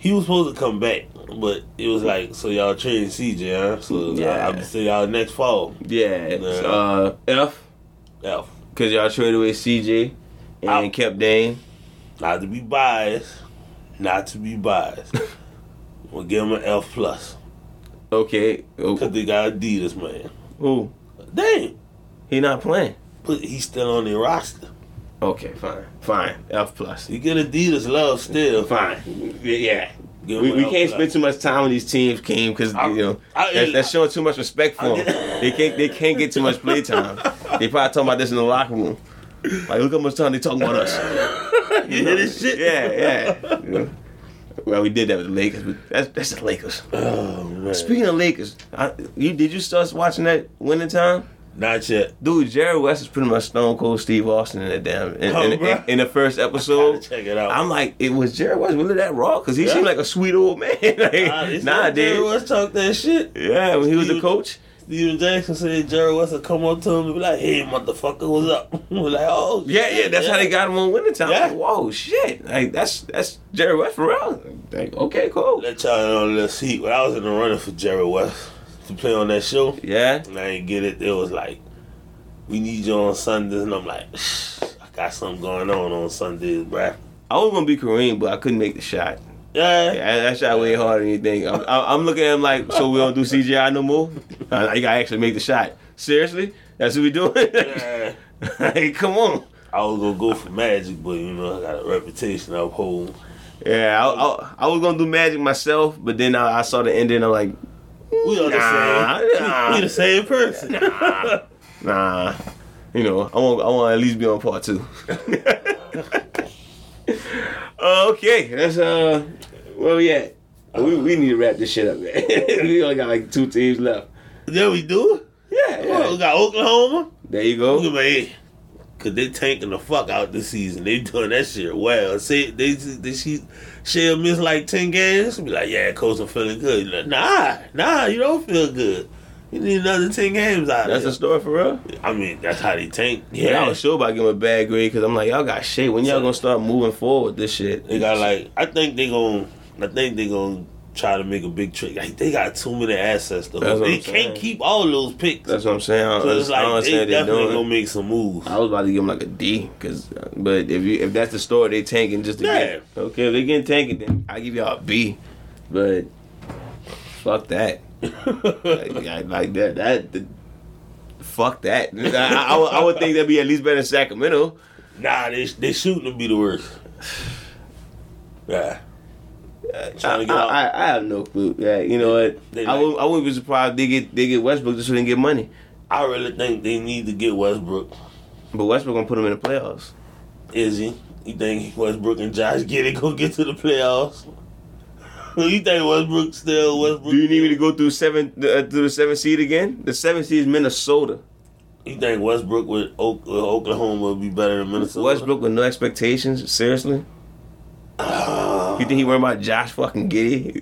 Speaker 2: he was supposed to come back, but it was like, so y'all trading CJ, huh? So
Speaker 1: Yeah.
Speaker 2: yeah. I'm see y'all next fall.
Speaker 1: Yeah. it's,
Speaker 2: Yeah.
Speaker 1: Uh, F,
Speaker 2: Elf.
Speaker 1: because y'all traded away CJ and
Speaker 2: Out.
Speaker 1: kept Dame.
Speaker 2: Not to be biased. Not to be biased. we'll give him an F plus.
Speaker 1: Okay.
Speaker 2: Cause
Speaker 1: Oh,
Speaker 2: they got Adidas man.
Speaker 1: Who?
Speaker 2: Damn.
Speaker 1: He not playing.
Speaker 2: But he's still on their roster.
Speaker 1: Okay, fine. Fine. F plus.
Speaker 2: You get Adidas love still.
Speaker 1: Fine. Yeah.
Speaker 2: Give
Speaker 1: We,
Speaker 2: him
Speaker 1: we
Speaker 2: an
Speaker 1: can't
Speaker 2: F
Speaker 1: spend
Speaker 2: plus.
Speaker 1: too much time on these teams, Keem, because you
Speaker 2: I-
Speaker 1: know
Speaker 2: I-
Speaker 1: that's, that's showing too much respect for
Speaker 2: I-
Speaker 1: them. They can't they can't get too much play time. They probably talking about this in the locker room. Like, look how much time they talking about us.
Speaker 2: You hear this shit?
Speaker 1: Yeah, yeah. You know? Well, we did that with the Lakers, but that's that's the Lakers.
Speaker 2: Oh man.
Speaker 1: Speaking of Lakers, I, you did you start watching that Winning Time?
Speaker 2: Not yet.
Speaker 1: Dude, Jerry West is pretty much Stone Cold Steve Austin in that damn in,
Speaker 2: Oh,
Speaker 1: in, in,
Speaker 2: bruh.
Speaker 1: in the first
Speaker 2: Gotta
Speaker 1: episode.
Speaker 2: check it out.
Speaker 1: I'm like, it was Jerry West really that raw? Cause he
Speaker 2: Yeah.
Speaker 1: seemed like a sweet old man. like, nah, dude.
Speaker 2: Let's talk that shit.
Speaker 1: Yeah, when he was the
Speaker 2: Steve-
Speaker 1: coach.
Speaker 2: Steven Jackson said Jerry West would come up to him and be like, "Hey, motherfucker, what's up?" We're like, "Oh,
Speaker 1: Yeah, yeah, that's how they got him on Wintertime.
Speaker 2: Yeah.
Speaker 1: Like, whoa, shit. Like, that's that's Jerry West for real. Like, okay, cool.
Speaker 2: Let y'all know on this heat. When I was in the running for Jerry West to play on that show,
Speaker 1: Yeah.
Speaker 2: and I didn't get it. It was like, "We need you on Sundays," and I'm like, "I got something going on on Sundays, bruh."
Speaker 1: I was gonna be Kareem, but I couldn't make the shot.
Speaker 2: Yeah,
Speaker 1: Yeah, that shot way harder than anything. I'm, I'm I'm looking at him like, so we don't do CGI no more. Uh, You gotta actually make the shot. Seriously, that's what we doing.
Speaker 2: yeah.
Speaker 1: hey, come on.
Speaker 2: I was gonna go for Magic, but you know I got a reputation to uphold.
Speaker 1: Yeah, I, I, I was gonna do magic myself, but then I, I saw the ending. I'm like,
Speaker 2: We are the
Speaker 1: Nah,
Speaker 2: same.
Speaker 1: nah.
Speaker 2: We, we the same person.
Speaker 1: nah, you know, I want I want to at least be on part two. okay, that's uh, where we at? We, we need to wrap this shit up, man. we only got like two teams left.
Speaker 2: yeah, we do.
Speaker 1: Yeah,
Speaker 2: Well, we got Oklahoma.
Speaker 1: There you
Speaker 2: Look
Speaker 1: go.
Speaker 2: at my head. Cause they tanking the fuck out this season. They doing that shit well. Say they they she she'll miss like ten games. Be like, yeah, coach, I'm feeling good. Like, nah, nah, you don't feel good. You need another ten games out
Speaker 1: That's the
Speaker 2: of
Speaker 1: story for real.
Speaker 2: it. I mean, that's how they tank.
Speaker 1: Yeah,
Speaker 2: Yeah,
Speaker 1: I was sure about giving a bad grade because I'm like, y'all got shit. When y'all gonna start moving forward with this shit?
Speaker 2: They got like I think they gon' I think they gon' try to make a big trick. Like they got too many assets though.
Speaker 1: That's what
Speaker 2: They
Speaker 1: I'm saying.
Speaker 2: can't keep all those picks.
Speaker 1: That's what I'm saying. I
Speaker 2: so
Speaker 1: don't,
Speaker 2: it's
Speaker 1: I don't
Speaker 2: like they
Speaker 1: understand what they're
Speaker 2: definitely
Speaker 1: doing.
Speaker 2: gonna make some moves.
Speaker 1: I was about to give him like a D, cause uh, but if you if that's the story they tanking just to get okay if they getting tanking then I give y'all a B, but fuck that like, I- like that that the, fuck that I, I, would- I would think that'd be at least better than Sacramento
Speaker 2: Nah, they they shooting to be the worst. Yeah. Trying to get
Speaker 1: I,
Speaker 2: out.
Speaker 1: I, I have no clue yeah you know what
Speaker 2: They
Speaker 1: I
Speaker 2: like-
Speaker 1: would I wouldn't be surprised they get they get Westbrook just so they can get money
Speaker 2: I really think they need to get Westbrook.
Speaker 1: but Westbrook gonna put them in the playoffs
Speaker 2: Is he? You think Westbrook and Josh Giddy gonna get to the playoffs? you think Westbrook still Westbrook?
Speaker 1: do you need me to go through seven uh, through the seven seed again the seven seed is Minnesota.
Speaker 2: You think Westbrook with, Oak, with Oklahoma would be better than Minnesota?
Speaker 1: Westbrook with no expectations. Seriously,
Speaker 2: Ah,
Speaker 1: you think he worried about Josh fucking Giddy?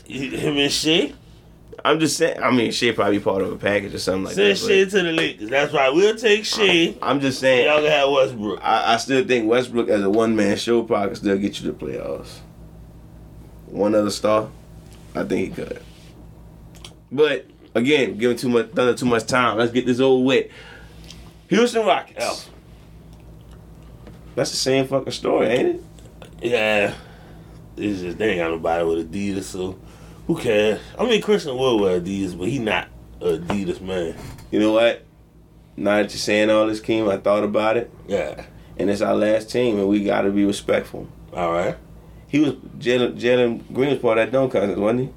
Speaker 2: him and Shea.
Speaker 1: I'm just saying. I mean, shit probably part of a package or something like
Speaker 2: Send
Speaker 1: that. but
Speaker 2: Shea to the Lakers. That's right. We'll take Shea.
Speaker 1: I'm just saying.
Speaker 2: Y'all can have Westbrook.
Speaker 1: I, I still think Westbrook as a one man show probably could still get you to the playoffs. One other star, I think he could. But again, giving too much Thunder too much time. Let's get this over with. Houston Rockets.
Speaker 2: Yeah.
Speaker 1: That's the same fucking story, ain't it?
Speaker 2: Yeah. It's just they ain't got nobody with Adidas, so who cares? I mean Christian Wood with Adidas, but he not a Adidas man.
Speaker 1: You know what? Now that you're saying all this, Keem, I thought about it,
Speaker 2: Yeah.
Speaker 1: and it's our last team, and we got to be respectful.
Speaker 2: All right.
Speaker 1: He was Jalen, Jalen Green was part of that dunk contest, wasn't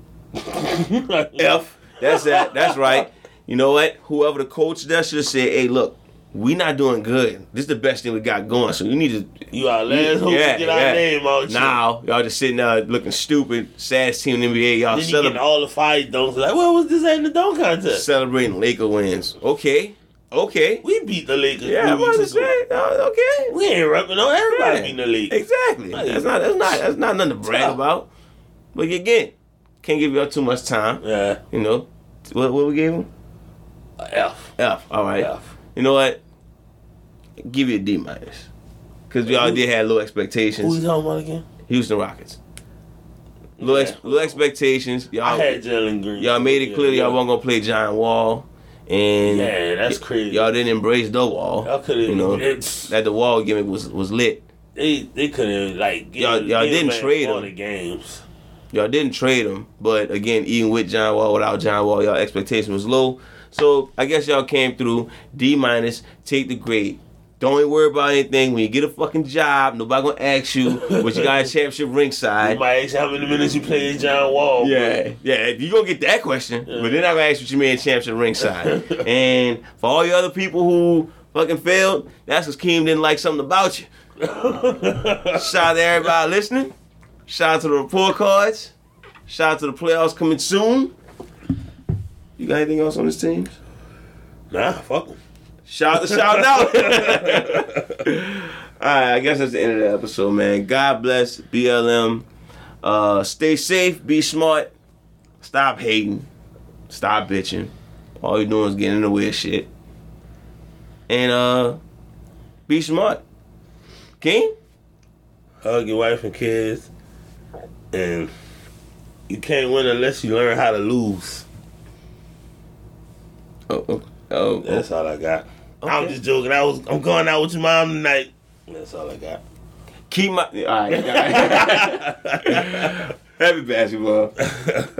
Speaker 1: he? F. That's that. That's right. You know what? Whoever the coach there should have said, "Hey, look, we not doing good. This is the best thing we got going, so you need to."
Speaker 2: You our last hope
Speaker 1: Yeah,
Speaker 2: to get our
Speaker 1: yeah.
Speaker 2: name out.
Speaker 1: Now y'all just sitting there looking stupid, saddest team in the NBA. Y'all
Speaker 2: Then you getting
Speaker 1: celebrating,
Speaker 2: all the fire dunks. Like, well, was this ain't the dunk contest?
Speaker 1: celebrating Laker wins. Okay, okay,
Speaker 2: We beat the Lakers.
Speaker 1: yeah, I'm
Speaker 2: three
Speaker 1: about to
Speaker 2: weeks ago.
Speaker 1: say, uh, okay.
Speaker 2: We ain't repping on everybody
Speaker 1: Yeah,
Speaker 2: beating the Lakers.
Speaker 1: Exactly.
Speaker 2: Like-
Speaker 1: That's not that's not that's not nothing to brag
Speaker 2: Yeah.
Speaker 1: about. But again, can't give y'all too much time.
Speaker 2: Yeah.
Speaker 1: You know, what what we gave him?
Speaker 2: A F.
Speaker 1: F. All right.
Speaker 2: F.
Speaker 1: You know what? Give you a D minus because we all
Speaker 2: Who-
Speaker 1: did have low
Speaker 2: Who you
Speaker 1: expectations.
Speaker 2: talking about again?
Speaker 1: Houston Rockets. Low ex-
Speaker 2: Yeah.
Speaker 1: low expectations.
Speaker 2: I
Speaker 1: Y'all
Speaker 2: had Jalen Green.
Speaker 1: y'all made it
Speaker 2: Yeah,
Speaker 1: clear
Speaker 2: yeah.
Speaker 1: y'all weren't gonna play John Wall. And
Speaker 2: Yeah, that's crazy.
Speaker 1: Y'all didn't embrace the wall.
Speaker 2: Y'all could've-
Speaker 1: you know
Speaker 2: it's-
Speaker 1: that the wall gimmick was was lit.
Speaker 2: They they couldn't like get,
Speaker 1: Y'all- y'all
Speaker 2: get
Speaker 1: didn't
Speaker 2: back
Speaker 1: trade
Speaker 2: all
Speaker 1: him.
Speaker 2: the games.
Speaker 1: Y'all didn't trade him, but again, even with John Wall, without John Wall, y'all expectation was low. So I guess y'all came through D minus. Take the grade. Don't even worry about anything. When you get a fucking job, nobody gonna ask you. But you got a championship
Speaker 2: You
Speaker 1: ringside.
Speaker 2: might ask how many minutes you played John Wall.
Speaker 1: Yeah, yeah. You gonna get that question, but they're not gonna ask what you made championship ringside. and for all you other people who fucking failed, that's because Keem didn't like something about you. Shout out to everybody listening. Shout out to the report cards. Shout out to the playoffs coming soon. You got anything else on this team?
Speaker 2: Nah, fuck him.
Speaker 1: Shout shout out. All right, I guess that's the end of the episode, man. God bless BLM. Uh, stay safe, be smart, stop hating, stop bitching, All you're doing is getting in the way of shit. And uh, be smart. King?
Speaker 2: Hug your wife and kids. And you can't win unless you learn how to lose.
Speaker 1: Oh, oh, oh, oh.
Speaker 2: That's all I got. I'm
Speaker 1: Okay.
Speaker 2: just joking. I was I'm going out with your mom tonight. That's all I got.
Speaker 1: Keep my. All right. Happy basketball.